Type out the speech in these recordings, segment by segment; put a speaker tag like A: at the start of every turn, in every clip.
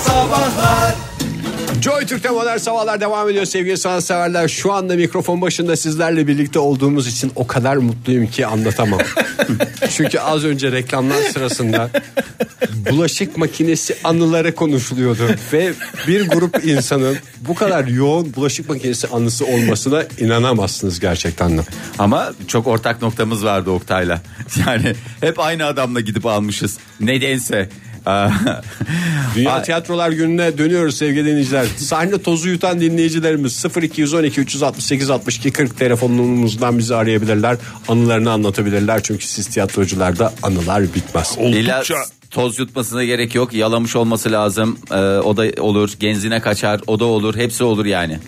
A: Sabahlar
B: Joy Türk'te modern sabahlar devam ediyor sevgili sanatseverler. Şu anda mikrofon başında sizlerle birlikte olduğumuz için o kadar mutluyum ki anlatamam. Çünkü az önce reklamlar sırasında bulaşık makinesi anıları konuşuluyordu. Ve bir grup insanın bu kadar yoğun bulaşık makinesi anısı olmasına inanamazsınız gerçekten de.
C: Ama çok ortak noktamız vardı Oktay'la. Yani hep aynı adamla gidip almışız. Nedense.
B: Dünya
C: Ay-
B: Tiyatrolar Günü'ne dönüyoruz sevgili dinleyiciler. Sahne tozu yutan dinleyicilerimiz 0212 368 62 40 telefonumuzdan bizi arayabilirler. Anılarını anlatabilirler. Çünkü siz tiyatrocularda anılar bitmez.
C: İlla toz yutmasına gerek yok. Yalamış olması lazım. Ee, o da olur. Genzine kaçar. O da olur. Hepsi olur yani.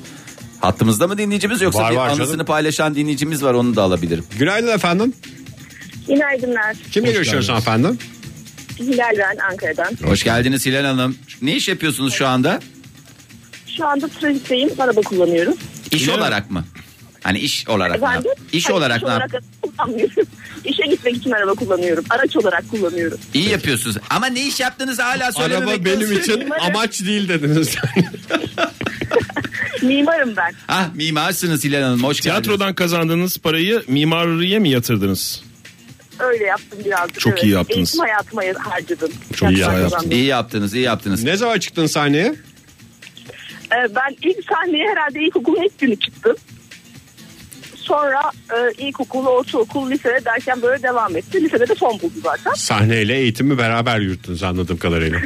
C: Hattımızda mı dinleyicimiz yoksa
B: Var,
C: bir
B: var
C: anısını
B: canım.
C: paylaşan dinleyicimiz var onu da alabilirim.
B: Günaydın efendim.
D: Günaydınlar.
B: Kimle görüşüyoruz efendim?
D: Hilal ben Ankara'dan.
C: Hoş geldiniz Hilal Hanım. Ne iş yapıyorsunuz şu anda?
D: Şu anda trafikteyim. Araba kullanıyorum.
C: İş olarak mı? Hani iş olarak mı?
D: Efendim?
C: İş
D: Hayır,
C: olarak
D: iş
C: mı?
D: olarak kullanmıyorum. İşe gitmek için araba kullanıyorum. Araç olarak kullanıyorum.
C: İyi yapıyorsunuz. Ama ne iş yaptığınızı hala söylememek
B: Araba benim için amaç değil dediniz.
D: Mimarım ben.
C: Ah mimarsınız Hilal Hanım hoş geldiniz.
E: Tiyatrodan kazandığınız parayı mimariye mi yatırdınız?
D: Öyle yaptım birazcık.
E: Çok iyi yaptınız.
D: Eğitim hayatıma harcadım.
E: Çok iyi
D: Gerçekten
E: yaptınız.
D: kazandım.
C: İyi yaptınız iyi yaptınız.
B: ne zaman çıktın sahneye?
D: Ee, ben ilk sahneye herhalde ilkokulun ilk günü çıktım. Sonra e, ilkokul, ortaokul, lise derken böyle devam etti. Lisede de son buldu zaten.
B: Sahneyle eğitimi beraber yürüttünüz anladığım kadarıyla.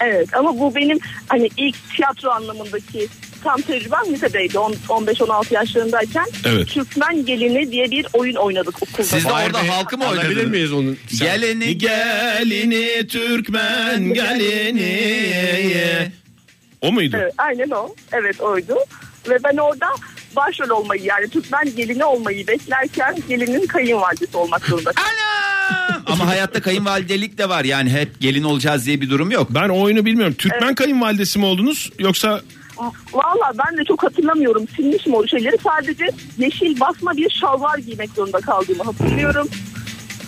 D: Evet ama bu benim hani ilk tiyatro anlamındaki tam tecrübem lisedeydi. On- 15-16 yaşlarındayken
E: Evet.
D: Türkmen Gelini diye bir oyun oynadık okulda.
C: Siz de
B: Vay
C: orada
B: be,
C: halkı mı
B: alabilir
C: oynadınız?
B: miyiz onun?
C: Geleni
E: Gelini Türkmen gelini. O muydu?
D: Evet, aynen o. Evet oydu. Ve ben orada başrol olmayı yani Türkmen gelini olmayı beklerken gelinin kayınvalidesi olmak zorunda.
C: Anam! Ama hayatta kayınvalidelik de var yani hep gelin olacağız diye bir durum yok.
E: Ben o oyunu bilmiyorum. Türkmen kayınvalidesi mi oldunuz yoksa
D: Valla ben de çok hatırlamıyorum. Silmişim o şeyleri. Sadece yeşil basma bir şalvar giymek zorunda kaldığımı hatırlıyorum.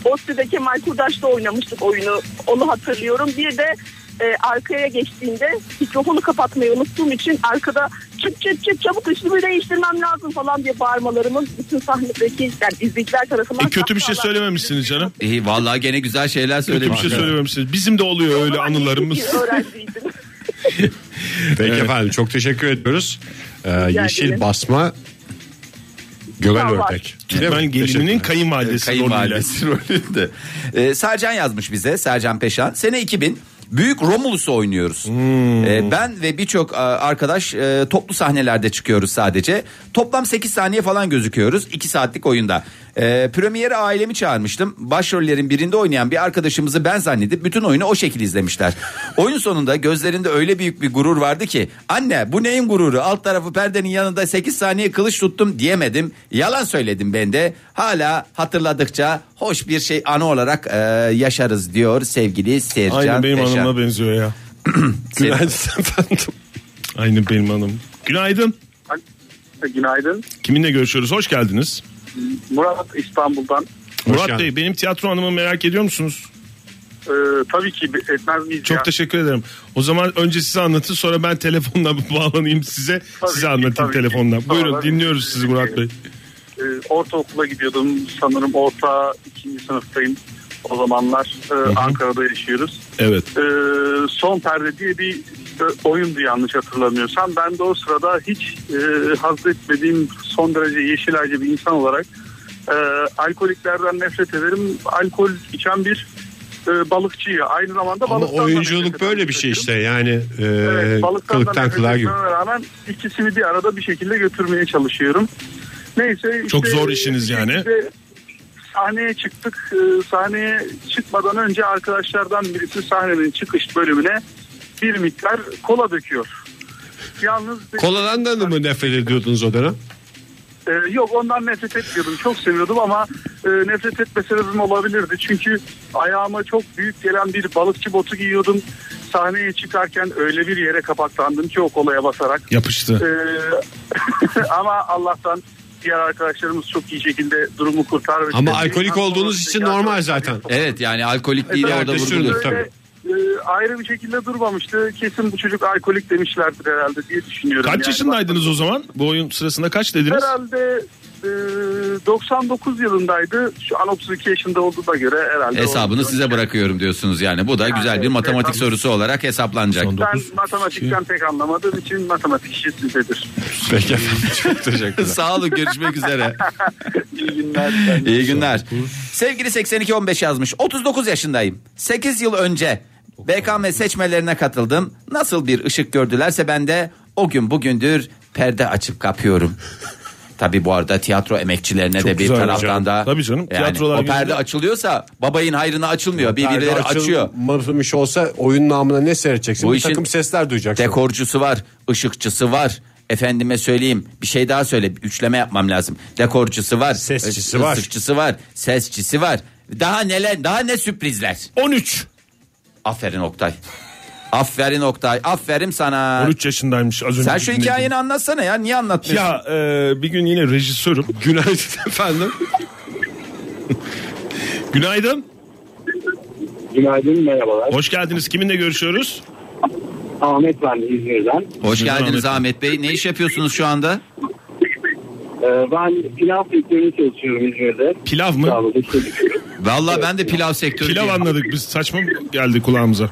D: Oste'de Kemal Kurdaş'ta oynamıştık oyunu. Onu hatırlıyorum. Bir de e, arkaya geçtiğimde mikrofonu kapatmayı unuttuğum için arkada çıt çıt çıt çabuk üstümü değiştirmem lazım falan diye bağırmalarımın bütün sahnedeki yani izleyiciler tarafından...
E: E, kötü bir şey
D: kahkahalar-
E: söylememişsiniz canım.
C: İyi vallahi gene güzel şeyler
E: Kötü bir
C: söylemiş.
E: şey söylememişsiniz. Bizim de oluyor öyle
D: Ama
E: anılarımız.
D: iyi bir öğrenciydim.
B: Peki efendim çok teşekkür ediyoruz. Ee, yeşil
D: ederim.
B: basma göbel
D: Sağ ol.
B: ördek.
E: Türkmen gelininin kayınvalidesi. rolüyle.
C: Kayınvalidesi rolünde. Ee, Sercan yazmış bize. Sercan Peşan. Sene 2000. Büyük Romulus'u oynuyoruz. Ee, ben ve birçok e, arkadaş e, toplu sahnelerde çıkıyoruz sadece. Toplam 8 saniye falan gözüküyoruz 2 saatlik oyunda. Ee, premiere ailemi çağırmıştım. Başrollerin birinde oynayan bir arkadaşımızı ben zannedip bütün oyunu o şekilde izlemişler. Oyun sonunda gözlerinde öyle büyük bir gurur vardı ki anne bu neyin gururu alt tarafı perdenin yanında 8 saniye kılıç tuttum diyemedim. Yalan söyledim ben de. Hala hatırladıkça hoş bir şey anı olarak e, yaşarız diyor sevgili Sercan
E: Aynı benim
C: Peşen.
E: hanıma benziyor ya.
C: Senin-
E: Aynı benim hanım. Günaydın.
F: Günaydın.
E: Kiminle görüşüyoruz? Hoş geldiniz.
F: Murat İstanbul'dan.
E: Murat
B: geldin.
E: Bey benim tiyatro anımı merak ediyor musunuz?
F: Ee, tabii ki etmez miyiz
E: Çok
F: ya?
E: teşekkür ederim. O zaman önce size anlatın sonra ben telefonla bağlanayım size.
F: Tabii
E: size
F: ki,
E: anlatayım
F: tabii ki.
E: telefonla.
F: Tamam,
E: Buyurun
F: tabii.
E: dinliyoruz sizi Murat Bey.
F: Ee, ortaokula gidiyordum. Sanırım orta ikinci sınıftayım. O zamanlar e, Ankara'da yaşıyoruz.
E: Evet.
F: Ee, son perde diye bir e, oyundu yanlış hatırlamıyorsam. Ben de o sırada hiç e, haz etmediğim son derece yeşilerce bir insan olarak e, alkoliklerden nefret ederim. Alkol içen bir e, balıkçıyı. Aynı zamanda
B: Ama
F: balıktan da nefret
B: oyunculuk
F: eden
B: böyle bir şey
F: çocuğum.
B: işte yani e,
F: Evet, balıktan
B: kılıktan
F: nefret
B: kılığa gibi.
F: etmeme rağmen ikisini bir arada bir şekilde götürmeye çalışıyorum. Neyse işte-
E: Çok zor işiniz yani.
F: işte Sahneye çıktık. Ee, Sahneye çıkmadan önce arkadaşlardan birisi sahnenin çıkış bölümüne bir miktar kola döküyor. Yalnız
B: Koladan da mı nefret ediyordunuz o dönem?
F: ee, yok ondan nefret etmiyordum. Çok seviyordum ama e, nefret etme sebebim olabilirdi. Çünkü ayağıma çok büyük gelen bir balıkçı botu giyiyordum. Sahneye çıkarken öyle bir yere kapaklandım ki o kolaya basarak.
E: Yapıştı.
F: Ee, ama Allah'tan diğer arkadaşlarımız çok iyi şekilde durumu kurtarmış.
B: Ama alkolik olduğunuz için normal zaten.
C: Evet yani alkolik değil orada
B: arkadaşlar
C: vurguluyor.
B: tabii.
G: e, ayrı bir şekilde durmamıştı. Kesin bu çocuk alkolik demişlerdir herhalde diye düşünüyorum.
E: Kaç
G: Yani
E: yaşındaydınız o zaman? Bu oyun sırasında kaç
G: bak-
E: dediniz?
G: Herhalde e, 99 yılındaydı. Şu an 32 yaşında olduğuna göre herhalde.
C: Hesabını
G: olabilir.
C: size bırakıyorum diyorsunuz yani. Bu da güzel bir matematik sorusu olarak hesaplanacak.
B: Son
G: Ben
B: Dokuz
G: matematikten pek anlamadığım için matematik işi sizdedir.
B: Peki efendim. Çok teşekkürler.
C: Sağ olun görüşmek üzere.
G: İyi günler.
C: İyi günler. Sevgili 8215 yazmış. 39 yaşındayım. 8 yıl önce BKM seçmelerine katıldım. Nasıl bir ışık gördülerse ben de o gün bugündür perde açıp kapıyorum. Tabi bu arada tiyatro emekçilerine de bir
E: güzel
C: taraftan
E: canım.
C: da
E: Tabii canım,
C: yani
E: tiyatrolar
C: o perde
E: gününde-
C: açılıyorsa babayın hayrına açılmıyor. Birbirleri açıyor.
B: Marılmış olsa oyun namına ne seyredeceksin?
C: Bu
B: bir
C: işin
B: takım sesler duyacaksın.
C: Dekorcusu var, ışıkçısı var. Efendime söyleyeyim bir şey daha söyle üçleme yapmam lazım. Dekorcusu var,
B: Sesçisi
C: ı-
B: var.
C: ıslıkçısı var, sesçisi var. Daha neler, daha ne sürprizler.
E: 13.
C: Aferin Oktay. Aferin Oktay, aferin sana.
E: 13 yaşındaymış az önce.
C: Sen şu
E: dinledim.
C: hikayeni anlatsana ya, niye anlatmıyorsun?
E: Ya e, bir gün yine rejisörüm.
B: Günaydın efendim.
E: Günaydın.
H: Günaydın merhabalar.
E: Hoş geldiniz. Kiminle görüşüyoruz?
H: Ahmet ben İzmir'den.
C: Hoş
E: Günaydın
C: geldiniz
E: Ahmet.
C: Ahmet Bey. Ne iş yapıyorsunuz şu anda?
H: Ee, ben pilav sektöründe çalışıyorum İzmir'de.
E: Pilav mı?
H: Sağlıklı çalışıyorum.
C: Vallahi ben de pilav sektörü.
E: Pilav anladık biz. Saçma geldi kulağımıza.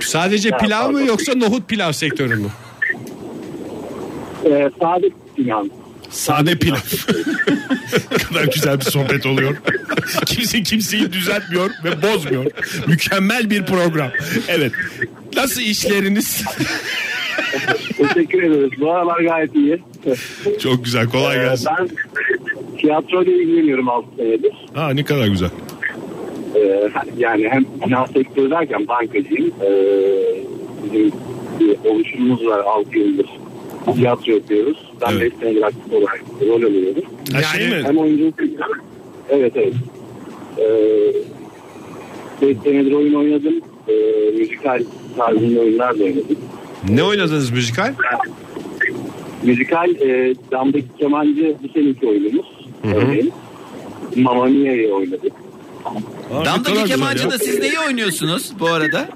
B: Sadece pilav mı yoksa nohut pilav sektörü mü?
H: Ee, sadık inan.
E: Sade pilav. ne kadar güzel bir sohbet oluyor. Kimse kimseyi düzeltmiyor ve bozmuyor. Mükemmel bir program. Evet. Nasıl işleriniz?
H: Teşekkür ederiz. Bu aralar gayet iyi.
E: Çok güzel. Kolay
H: Ee,
E: gelsin.
H: ben tiyatroyla ilgileniyorum 6 senedir.
E: Ha ne kadar güzel.
H: Ee, yani hem finans sektörü derken bankacıyım. Ee, bizim bir oluşumumuz var 6 yıldır. Tiyatro yapıyoruz. Ben 5
E: Evet.
H: senedir aktif olarak rol alıyorum.
E: Ha, şey mi?
H: Hem oyunculuk Evet evet. Ee, 5 senedir oyun oynadım. Ee, müzikal tarzında oyunlar da oynadım.
B: Ne oynadınız müzikal?
H: Müzikal e, Damdaki Kemancı bu seneki oyunumuz. Örneğin. Mamma Mia'yı oynadık.
E: Aa, ne kadar
C: Damdaki
E: güzel
C: kemancıda
E: ya.
C: siz neyi oynuyorsunuz bu arada?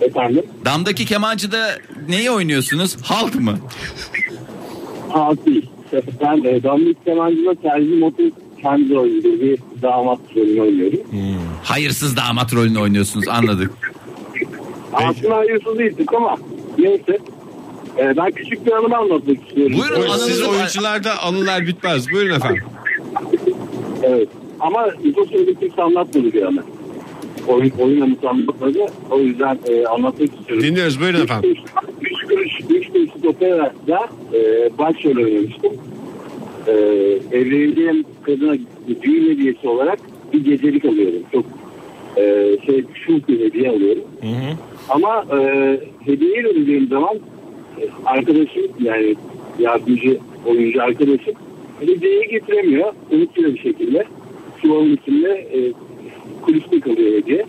H: Efendim
C: Damdaki kemancıda neyi oynuyorsunuz? Halk mı?
H: halk değil. Ben e, Damdaki Kemancı'da Terzi Mot'un kendi oynadığı bir damat rolünü oynuyorum.
C: Hayırsız damat rolünü oynuyorsunuz anladık.
H: Aslında hayırsız değildik ama neyse. Ee, ben küçük bir anımı anlatmak istiyorum.
C: Buyurun,
H: Ee,
C: anınızı
B: Siz
C: Anladım.
B: oyuncularda anılar bitmez. Buyurun efendim.
H: Evet. Ama uzun süredir kimse anlatmadı bir anı. Oyun, oyun anısı anlatmadı. O yüzden e, anlatmak istiyorum.
B: Dinliyoruz buyurun efendim.
H: Üç kuruş, üç kuruş operada e, başrol oynamıştım. E, evlendiğim kadına düğün hediyesi olarak bir gecelik alıyorum. Çok e, şey, şu bir hediye alıyorum. Ama e, hediyeyi ödediğim zaman e, arkadaşım yani yardımcı oyuncu arkadaşım hediyeyi getiremiyor. Unutuyor bir şekilde. Çuvalın içinde e, kuliste kalıyor hediye.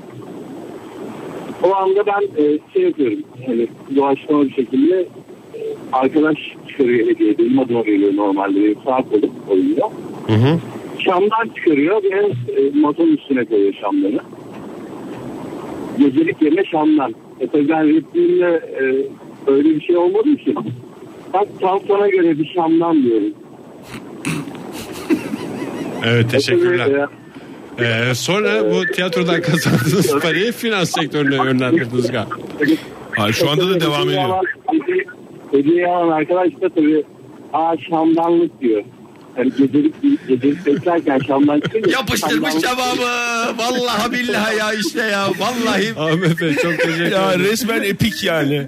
H: O anda ben e, şey yapıyorum. Hani doğaçlama bir şekilde e, arkadaş çıkarıyor hediye. Benim adıma veriyor normalde. Benim sağ kolum oyunda. Şamdan çıkarıyor ve e, masanın üstüne koyuyor şamları. Gecelik yerine şamdan. E tabii ben repliğimle e, öyle bir şey olmadığı için. Bak tam sana göre bir şamdan diyorum.
B: Evet
H: E,
B: teşekkürler.
H: tabii, e,
B: Ee, sonra bu tiyatrodan kazandığınız parayı finans sektörüne yönlendirdiniz galiba.
E: Ha, şu anda da devam
H: Hediye
E: ediyor.
H: alan- hediye- Hediye alan arkadaş da tabii aa şamdanlık diyor. Yani gecelik, gecelik beklerken şamdan çıkıyor.
C: Yapıştırmış
H: Şamdanlık-
C: cevabı. Vallahi billahi ya işte ya. Vallahi.
B: Ahmet Bey çok teşekkür
E: Ya
B: ederim.
E: resmen epik yani.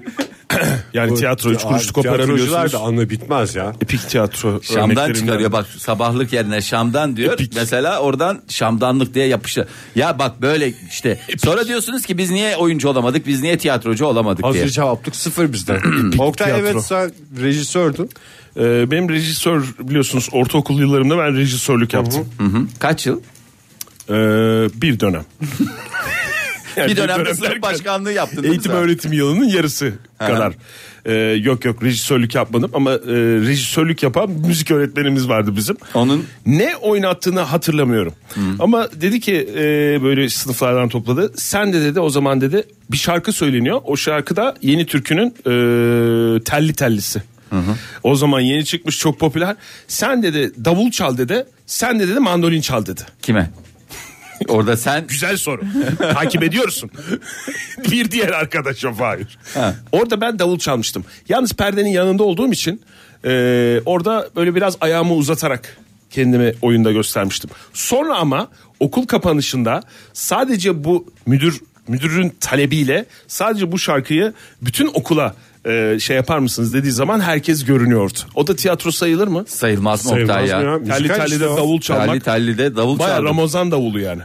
E: yani tiyatro üç kuruşluk opera
B: Tiyatrocular da
E: biliyorsunuz.
B: anı bitmez ya.
E: Epik tiyatro.
C: Şam'dan
E: örneklerinden.
C: çıkarıyor bak sabahlık yerine Şam'dan diyor. Mesela oradan Şam'danlık diye yapıştı. Ya bak böyle işte. Sonra diyorsunuz ki biz niye oyuncu olamadık? Biz niye tiyatrocu olamadık
B: Hazır
C: diye.
B: cevaplık sıfır bizde. Oktay
E: tiyatro.
B: evet sen rejisördün.
E: Ee, benim rejisör biliyorsunuz ortaokul yıllarımda ben rejisörlük yaptım.
C: Hı hı. Kaç yıl?
E: Ee, bir dönem.
C: bir dönemde
E: dönem
C: sınıf
E: derken-
C: başkanlığı yaptın. değil mi
E: Eğitim
C: sen?
E: öğretim yılının yarısı kadar. Ee, yok yok rejisörlük yapmadım ama e, rejisörlük yapan müzik öğretmenimiz vardı bizim.
C: Onun- Hmm.
E: ne oynattığını hatırlamıyorum. Ama dedi ki e, böyle sınıflardan topladı. Sen de dedi o zaman dedi bir şarkı söyleniyor. O şarkıda yeni türkünün e, telli tellisi. O zaman yeni çıkmış çok popüler. Sen dedi davul çal dedi. Sen de dedi mandolin çal dedi.
C: Kime? Orada sen
E: Güzel soru. Takip ediyorsun. bir diğer arkadaşa Fahir.
C: Ha.
E: Orada ben davul çalmıştım. Yalnız perdenin yanında olduğum için e, orada böyle biraz ayağımı uzatarak kendimi oyunda göstermiştim. Sonra ama okul kapanışında sadece bu müdür müdürün talebiyle sadece bu şarkıyı bütün okula e, şey yapar mısınız dediği zaman herkes görünüyordu. O da tiyatro sayılır mı?
C: sayılmaz mı Oktay
B: Sayılmaz
C: ya?
B: mı ya?
E: Telli
B: Müzikal
E: telli
B: işte
E: de
B: o.
C: Telli
E: davul çalmak.
C: telli de davul
E: Baya
C: çaldım.
E: Ramazan davulu yani.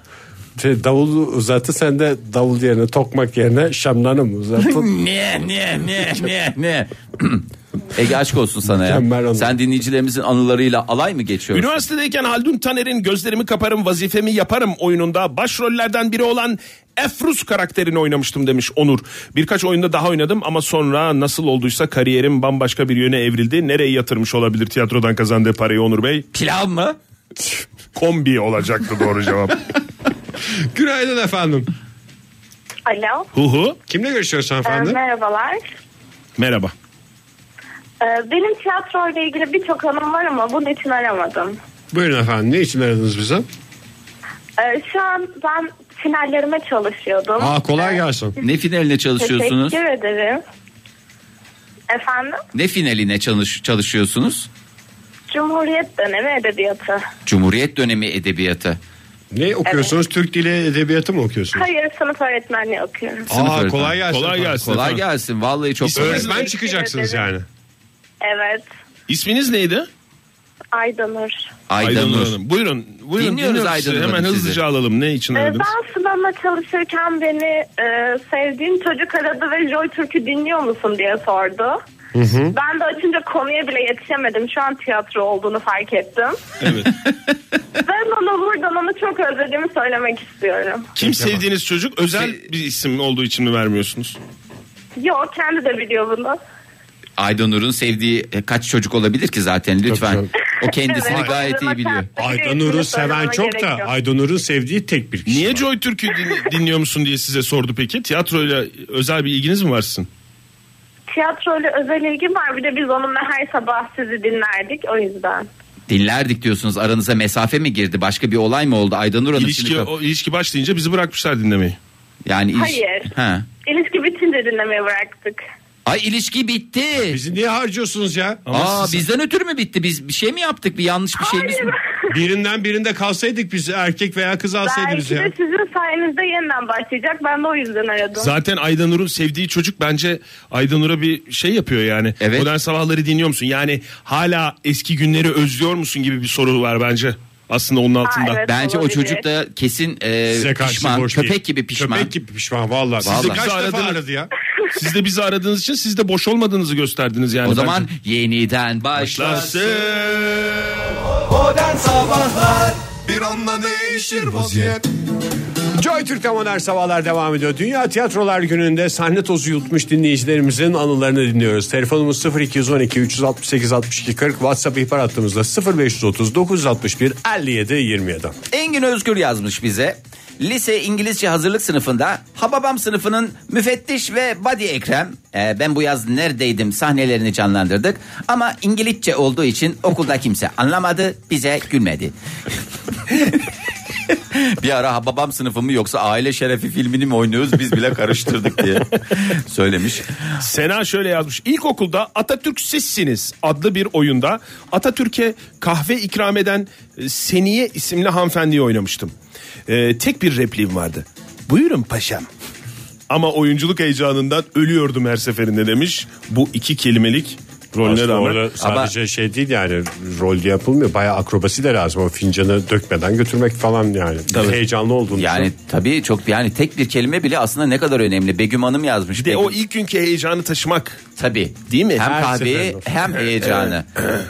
B: Şey, davulu uzattı sen de davul yerine tokmak yerine şamdanı mı uzattın?
C: Ne ne ne ne ne. Ege aşk olsun sana
B: Mükemmel
C: ya.
B: anı.
C: Sen dinleyicilerimizin anılarıyla alay mı geçiyorsun?
E: Üniversitedeyken Haldun Taner'in Gözlerimi Kaparım Vazifemi Yaparım oyununda başrollerden biri olan Efrus karakterini oynamıştım demiş Onur. Birkaç oyunda daha oynadım ama sonra nasıl olduysa kariyerim bambaşka bir yöne evrildi. Nereye yatırmış olabilir tiyatrodan kazandığı parayı Onur Bey?
C: Pilav mı?
E: Kombi olacaktı doğru cevap.
B: Günaydın efendim.
I: Alo.
E: Hu hu.
B: Kimle görüşüyoruz
I: e,
B: hanımefendi?
I: merhabalar.
E: Merhaba.
I: E, benim tiyatroyla ilgili birçok anım var ama bunun için aramadım.
B: Buyurun efendim ne için aradınız bize?
I: E, şu an ben finallerime çalışıyordum. E,
B: Aa kolay gelsin.
C: Ne finaline çalışıyorsunuz?
I: Teşekkür ederim. Efendim?
C: Ne finaline çalış, çalışıyorsunuz?
I: Cumhuriyet dönemi edebiyatı.
C: Cumhuriyet dönemi edebiyatı.
B: Ne okuyorsunuz? Türk Dili Edebiyatı mı okuyorsunuz?
I: Hayır sınıf öğretmenliği okuyorum.
C: Sınıf
B: Aa
C: öğretmeni.
B: kolay gelsin.
E: Kolay
B: efendim.
E: gelsin.
C: Kolay
E: efendim.
C: gelsin. Vallahi çok kolay.
B: Öğretmen çıkacaksınız yani.
I: Evet.
E: İsminiz neydi?
I: Aydanur.
C: Aydanur.
E: Hanım. Buyurun. buyurun
C: Dinliyoruz
E: dinliyoruz
C: Aydanur
E: sizi.
C: Hanım
E: Hemen
C: sizi.
E: hızlıca alalım. Ne için
I: E,
E: aradınız?
I: ben sınavla çalışırken beni e, sevdiğim çocuk aradı ve Joy Türk'ü dinliyor musun diye sordu. Ben de açınca konuya bile yetişemedim. Şu an tiyatro olduğunu fark ettim.
E: Evet.
I: Ben onu buradan onu çok özlediğimi söylemek istiyorum.
E: Kim sevdiğiniz çocuk özel bir isim olduğu için mi vermiyorsunuz?
I: Yok kendi de biliyor bunu.
C: Aydanur'un sevdiği e, kaç çocuk olabilir ki zaten lütfen.
B: Tabii
C: O kendisini
I: Evet,
C: gayet iyi
I: zaten
C: biliyor.
B: Aydanur'u
I: Söylememe
B: seven çok
I: gerek
B: da
I: yok.
B: Aydanur'un sevdiği tek bir kişi.
E: Niye
B: var.
E: Joy Türk'ü din- dinliyor musun diye size sordu peki? Tiyatroyla özel bir ilginiz mi varsın?
I: Tiyatroyla özel ilgim var. Bir de biz onunla her sabah sizi dinlerdik o yüzden.
C: Dinlerdik diyorsunuz aranıza mesafe mi girdi? Başka bir olay mı oldu? Aydanur Hanım
E: İlişki,
C: şimdi-
E: o, ilişki başlayınca bizi bırakmışlar dinlemeyi.
C: Yani iliş-
I: Hayır.
C: Ha.
I: İlişki bitince dinlemeye bıraktık.
C: Ay ilişki bitti.
B: Bizi niye harcıyorsunuz ya?
C: Aa bizden ötürü mü bitti? Biz bir şey mi yaptık? Bir yanlış bir şeyimiz mi?
B: Birinden birinde kalsaydık biz erkek veya kız alsaydınız
I: Belki de
B: ya.
I: sizin sayenizde yeniden başlayacak. Ben de o yüzden aradım.
E: Zaten Aydanur'un sevdiği çocuk bence Aydanur'a bir şey yapıyor yani.
C: Evet.
E: Modern sabahları dinliyor musun? Yani hala eski günleri özlüyor musun gibi bir soru var bence. Aslında onun altında.
I: evet.
C: Bence o
I: Olabilir.
C: çocuk da kesin e,
B: Size karşı
C: pişman.
B: boş
C: Köpek
B: değil.
C: gibi pişman.
B: Köpek gibi pişman vallahi. Sizi
C: Vallahi.
B: kaç
E: Bizi
B: defa
E: aradınız.
B: aradı ya?
E: Siz de bizi aradığınız için siz de boş olmadığınızı gösterdiniz yani.
C: O zaman
E: bence.
C: yeniden başlasın.
B: Joy Türk'te modern sabahlar devam ediyor. Dünya Tiyatrolar Günü'nde sahne tozu yutmuş dinleyicilerimizin anılarını dinliyoruz. Telefonumuz 0212 368 62 40 WhatsApp ihbar hattımızda 0530 961 57 27.
C: Engin Özgür yazmış bize. Lise İngilizce hazırlık sınıfında Hababam sınıfının müfettiş ve Badi Ekrem e, ben bu yaz neredeydim sahnelerini canlandırdık ama İngilizce olduğu için okulda kimse anlamadı bize gülmedi. bir ara Hababam sınıfı mı yoksa aile şerefi filmini mi oynuyoruz biz bile karıştırdık diye söylemiş.
E: Sena şöyle yazmış. İlkokulda Atatürk sizsiniz adlı bir oyunda Atatürk'e kahve ikram eden e, Seniye isimli hanımefendiyi oynamıştım. Ee, tek bir repliğim vardı. Buyurun paşam. Ama oyunculuk heyecanından ölüyordum her seferinde demiş. Bu iki kelimelik
B: Aslında
E: Rolüne rağmen.
B: orada sadece şey değil yani rolde yapılmıyor. Bayağı akrobasi de lazım. O fincanı dökmeden götürmek falan yani. Heyecanlı olduğunu
C: Yani
B: düşün.
C: tabii çok yani tek bir kelime bile aslında ne kadar önemli. Begüm Hanım yazmış.
E: Bir de
C: Begüm-
E: o ilk günkü heyecanı taşımak.
C: Tabii.
E: Değil mi?
C: Hem
E: Her
C: kahveyi
B: seferinde.
C: hem heyecanı.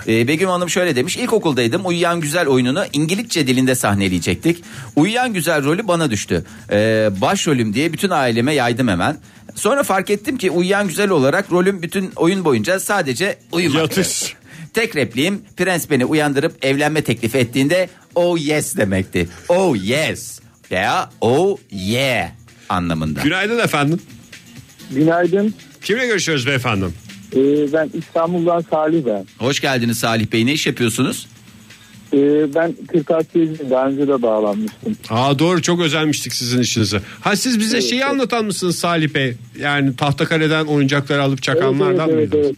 C: Ee, Begüm Hanım şöyle demiş. İlkokuldaydım. Uyuyan Güzel oyununu İngilizce dilinde sahneleyecektik. Uyuyan Güzel rolü bana düştü. Ee, başrolüm diye bütün aileme yaydım hemen. Sonra fark ettim ki Uyuyan Güzel olarak rolüm bütün oyun boyunca sadece uyumak.
B: Yatış.
C: Tek repliğim prens beni uyandırıp evlenme teklifi ettiğinde oh yes demekti. Oh yes veya oh yeah anlamında.
B: Günaydın efendim.
J: Günaydın.
B: Kimle görüşüyoruz beyefendi?
J: Ee, ben İstanbul'dan Salih ben.
C: Hoş geldiniz Salih Bey. Ne iş yapıyorsunuz?
J: Ee, ben 46 daha önce de bağlanmıştım.
B: Aa doğru çok özenmiştik sizin işinize. Ha siz bize şeyi anlatan mısınız Salih Bey? Yani tahtakaleden oyuncakları alıp çakanlardan
J: evet,
B: mıydınız?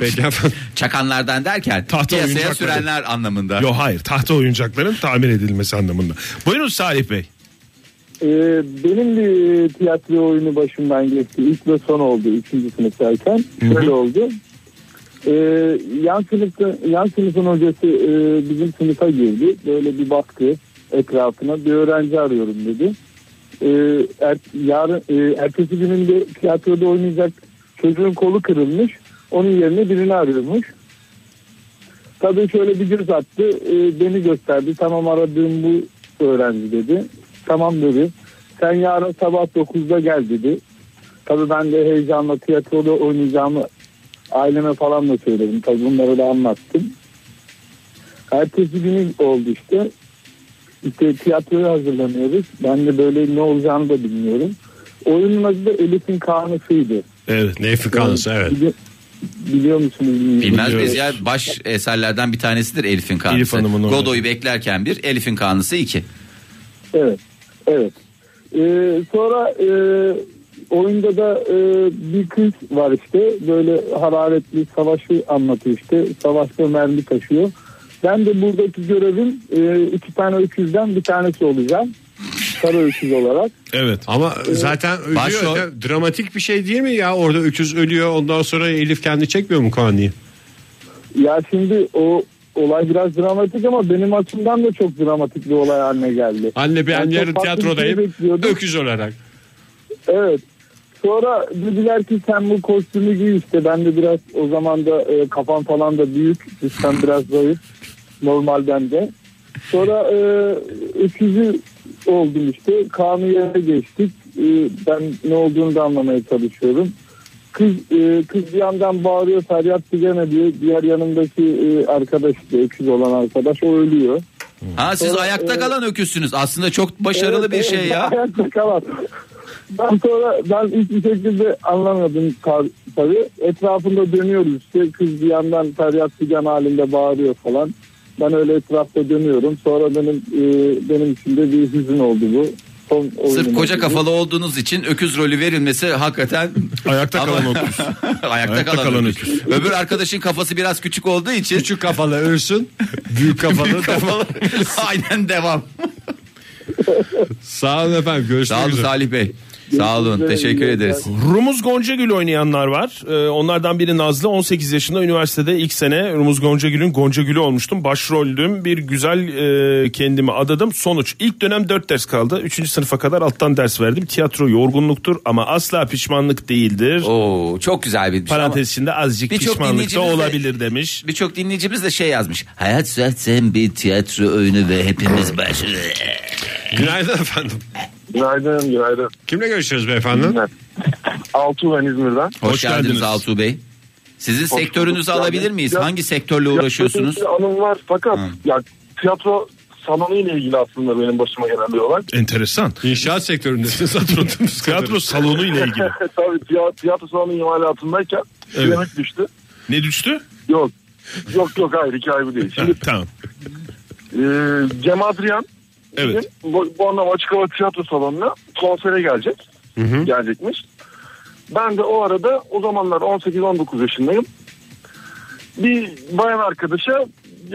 B: Peki efendim.
C: Çakanlardan derken piyasaya
E: oyuncakları.
C: sürenler anlamında.
E: Yok hayır tahta oyuncakların tamir edilmesi anlamında. Buyurun Salih Bey.
J: Ee, benim bir tiyatro oyunu başımdan geçti. İlk ve son oldu 3. sınıftayken. Şöyle oldu. Ee, yan, sınıfta, yan sınıfın hocası e, bizim sınıfa girdi. Böyle bir baktı etrafına. Bir öğrenci arıyorum dedi. Ee, er, yarın, e, ertesi gününde tiyatroda oynayacak çocuğun kolu kırılmış. Onun yerine birini arıyormuş. Kadın şöyle bir göz attı. e, beni gösterdi. Tamam aradığım bu öğrenci dedi. Tamam dedi. Sen yarın sabah 9'da gel dedi. Tabii ben de heyecanla tiyatroda oynayacağımı aileme falan da söyledim. Tabii bunları da anlattım. Ertesi günü oldu işte. İşte tiyatroya hazırlanıyoruz. Ben de böyle ne olacağını da bilmiyorum. Oyunun adı da Elif'in Kanısı'ydı.
E: Evet.
B: Neyfi kanısı evet.
J: Bili- biliyor musunuz? bilmiyorum.
C: Bilmez
E: Biliyoruz.
C: miyiz ya baş eserlerden bir tanesidir Elif'in kanısı.
E: Elif Hanım'ın oynadığı.
C: Godoy'u beklerken bir Elif'in kanısı iki.
J: Evet. Evet. Ee, sonra e, oyunda da e, bir kız var işte böyle hararetli savaşı anlatıyor işte. Savaşta mermi taşıyor. Ben de buradaki görevim e, iki tane öküzden bir tanesi olacağım. Sarı öküz olarak.
E: Evet.
B: Ama zaten ölüyor.
C: Başrol.
B: Ya, Dramatik bir şey değil mi ya? Orada öküz ölüyor ondan sonra Elif kendi çekmiyor mu kaniyi?
J: Ya şimdi o olay biraz dramatik ama benim açımdan da çok dramatik bir olay haline geldi.
B: Anne ben
J: çok
B: yarın
J: farklı bir şey
B: tiyatrodayım.
J: bekliyordum.
B: Öküz olarak.
J: Evet. Sonra dediler ki sen bu kostümü giy işte. Ben de biraz o zaman da e, kafam falan da büyük. Sen biraz zayıf. Normalden de. Sonra e, öküzü oldum işte. Kaan'ı yerine geçtik. E, ben ne olduğunu da anlamaya çalışıyorum. Kız, e, kız bir yandan bağırıyor feryat figan diyor. Diğer yanımdaki e, arkadaş işte, öküz olan arkadaş o ölüyor.
C: Ha siz
J: Sonra,
C: ayakta
J: e,
C: kalan öküzsünüz. Aslında çok başarılı
J: Evet,
C: bir
J: evet,
C: şey ya.
J: Hayatta kalan. Ben sonra ben hiçbir şekilde anlamadım tar- tabii. Etrafında dönüyoruz işte kız bir yandan feryat figan halinde bağırıyor falan. Ben öyle etrafta dönüyorum. Sonra benim e, benim için de bir hüzün oldu bu. Son
C: Sırf
J: oyunum
C: koca
J: oldu.
C: kafalı olduğunuz için öküz rolü verilmesi hakikaten
E: Ayakta
C: Ama-
E: kalan öküz.
C: ayakta,
E: Ayakta
C: kalan,
E: kalan
C: öküz. Öbür arkadaşın kafası biraz küçük olduğu için
B: Küçük kafalı ölsün. Büyük kafalı.
C: büyük kafalı. Aynen devam.
B: Sağ olun efendim. Görüşmek
C: Sağ olun
B: üzere.
C: Salih Bey. Sağ olun.
J: üzere,
C: Teşekkür
J: iyi
C: ederiz.
E: Rumuz Goncagül oynayanlar var. Ee, onlardan biri Nazlı 18 yaşında üniversitede ilk sene Rumuz Goncagül'ün Goncagül'ü olmuştum. Başroldüm bir güzel e, kendimi adadım. Sonuç ilk dönem 4 ders kaldı. 3. sınıfa kadar alttan ders verdim. Tiyatro yorgunluktur ama asla pişmanlık değildir.
C: Oo çok güzel bir şey.
E: Parantez içinde azıcık
C: Birçok
E: pişmanlık da
C: dinleyicimiz de-
E: olabilir demiş.
C: Birçok dinleyicimiz de şey yazmış. Hayat zaten bir tiyatro oyunu ve hepimiz baş.
B: Günaydın efendim.
G: Günaydın, günaydın.
B: Kimle görüşüyoruz beyefendi?
G: Altuğ ben İzmir'den.
C: Hoş,
E: Hoş
C: geldiniz,
E: geldiniz.
C: Altuğ Bey. Sizin
G: Hoş
C: sektörünüzü
G: bulduk. Yani
C: alabilir miyiz?
G: ya-
C: Hangi sektörle uğraşıyorsunuz?
G: Ya, bir anım var fakat
C: Hı.
G: ya tiyatro salonu ile ilgili aslında benim başıma gelen bir olay.
E: Enteresan.
B: İnşaat sektöründesiniz hatırladığımız
E: Tiyatro
B: kadarıyla.
E: salonu ile ilgili.
G: Tabii tiya- tiyatro salonu imalatındayken
E: Evet.
G: evet. düştü.
E: Ne düştü?
G: Yok. Yok yok hayır hikaye bu değil.
E: Ha,
G: Şimdi
E: tamam.
G: e, Cem Adrian
E: Evet.
G: bu, bu anlam açık hava tiyatro salonuna konsere gelecek. Gelecekmiş. Ben de o arada o zamanlar 18-19 yaşındayım. Bir bayan arkadaşa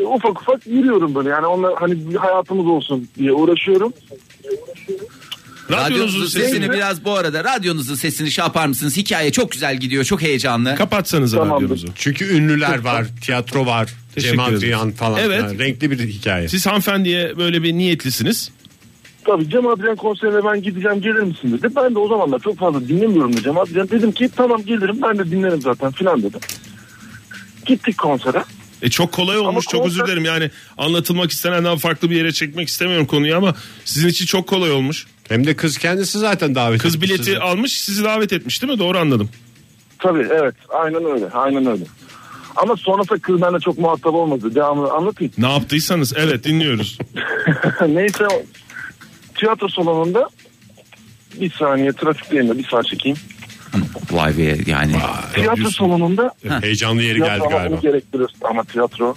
G: ufak ufak yürüyorum böyle. Yani onunla hani bir hayatımız olsun diye uğraşıyorum.
E: Radyonuzun sesini
C: sesini biraz bu arada radyonuzun sesini şey yapar mısınız? Hikaye çok güzel gidiyor, çok heyecanlı.
E: kapatsanız
G: Tamamdır.
E: radyonuzu.
B: Çünkü ünlüler var, tiyatro var,
E: Teşekkür
B: Cemal
E: ederiz.
B: Duyan falan.
E: Evet.
B: Yani renkli bir hikaye.
E: Siz hanımefendiye böyle bir niyetlisiniz.
G: Tabii Cem Adrian konserine ben gideceğim gelir misin dedi. Ben de o zamanlar çok fazla dinlemiyorum da Cem Adrian. Dedim ki tamam gelirim ben de dinlerim zaten filan dedim. Gittik konsere.
E: E çok kolay olmuş çok
G: konser-
E: özür dilerim yani anlatılmak istenenden farklı bir yere çekmek istemiyorum konuyu ama sizin için çok kolay olmuş.
B: Hem de kız kendisi zaten davet
E: Kız
B: etmiş
E: bileti
B: sizi.
E: almış sizi davet etmiş değil mi doğru anladım.
G: Tabii evet aynen öyle aynen öyle. Ama sonrasında kız benimle çok muhatap olmadı. Devamını anlatayım.
E: Ne yaptıysanız evet dinliyoruz.
G: Neyse o tiyatro salonunda bir saniye trafikteyim de bir saat çekeyim.
C: Vay be yani.
G: Tiyatro
E: diyorsun.
G: salonunda
B: Heyecanlı yeri geldi
G: tiyatro
B: galiba.
G: havasını gerektirir ama tiyatro.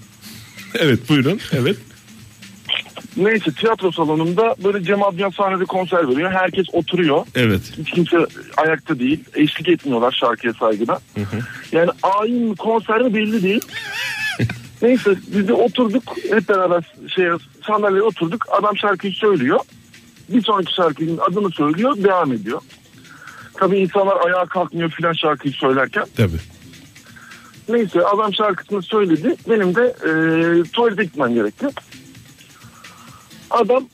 E: evet buyurun evet.
G: Neyse tiyatro salonunda böyle Cem Adrian sahnede konser veriyor. Herkes oturuyor.
E: Evet.
G: Hiç kimse ayakta değil. Eşlik etmiyorlar şarkıya saygıda. Yani ayin mi konser mi belli değil. Neyse biz de oturduk. Hep beraber şey, sandalyeye oturduk. Adam şarkıyı söylüyor. Bir sonraki şarkının adını söylüyor. Devam ediyor. Tabii insanlar ayağa kalkmıyor filan şarkıyı söylerken.
E: Tabii.
G: Neyse adam şarkısını söyledi. Benim de eee tuvalete gitmem gerekti. Adam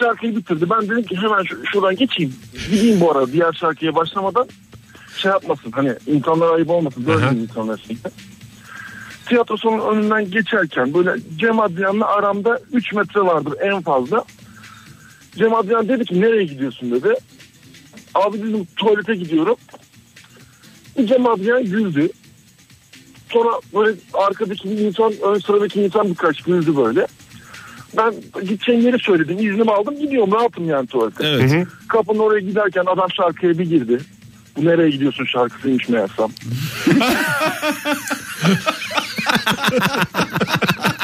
G: şarkıyı bitirdi. Ben dedim ki hemen şu- şuradan geçeyim. Gideyim bu arada diğer şarkıya başlamadan şey yapmasın. Hani insanlara ayıp olmasın. Böyle insanlar şimdi. Tiyatro salonunun önünden geçerken böyle Cem Adrian'la aramda 3 metre vardır en fazla. Cem Adrian dedi ki nereye gidiyorsun dedi. Abi dedim tuvalete gidiyorum. Cem Adrian güldü. Sonra böyle arkadaki bir insan, ön sıradaki insan birkaç güldü böyle. Ben gideceğim yeri söyledim. iznimi aldım. Gidiyorum. Rahatım yani tuvalete.
E: Evet.
G: Kapının oraya giderken adam şarkıya bir girdi. Bu nereye gidiyorsun şarkısıymış meğersem.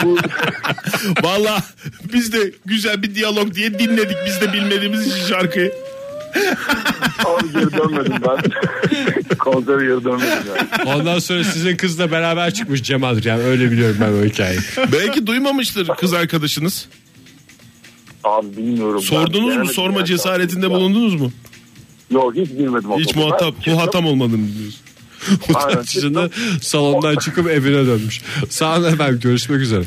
G: Bu,
E: Valla biz de güzel bir diyalog diye dinledik biz de bilmediğimiz için şarkıyı.
G: abi geri dönmedim ben. Konsere geri dönmedim yani.
B: Ondan sonra sizin kızla beraber çıkmış Cem Adrian. Öyle biliyorum ben o hikayeyi.
E: Belki duymamıştır kız arkadaşınız.
G: Abi bilmiyorum.
E: Sordunuz
G: Ben
E: mu sorma
G: yani.
E: cesaretinde bulundunuz mu?
G: Yok hiç girmedim. o
E: Hiç
G: konuda.
E: muhatap muhatam olmadım diyorsun.
B: Utançlığında salondan çıkıp evine dönmüş. Sağ olun efendim. Görüşmek üzere.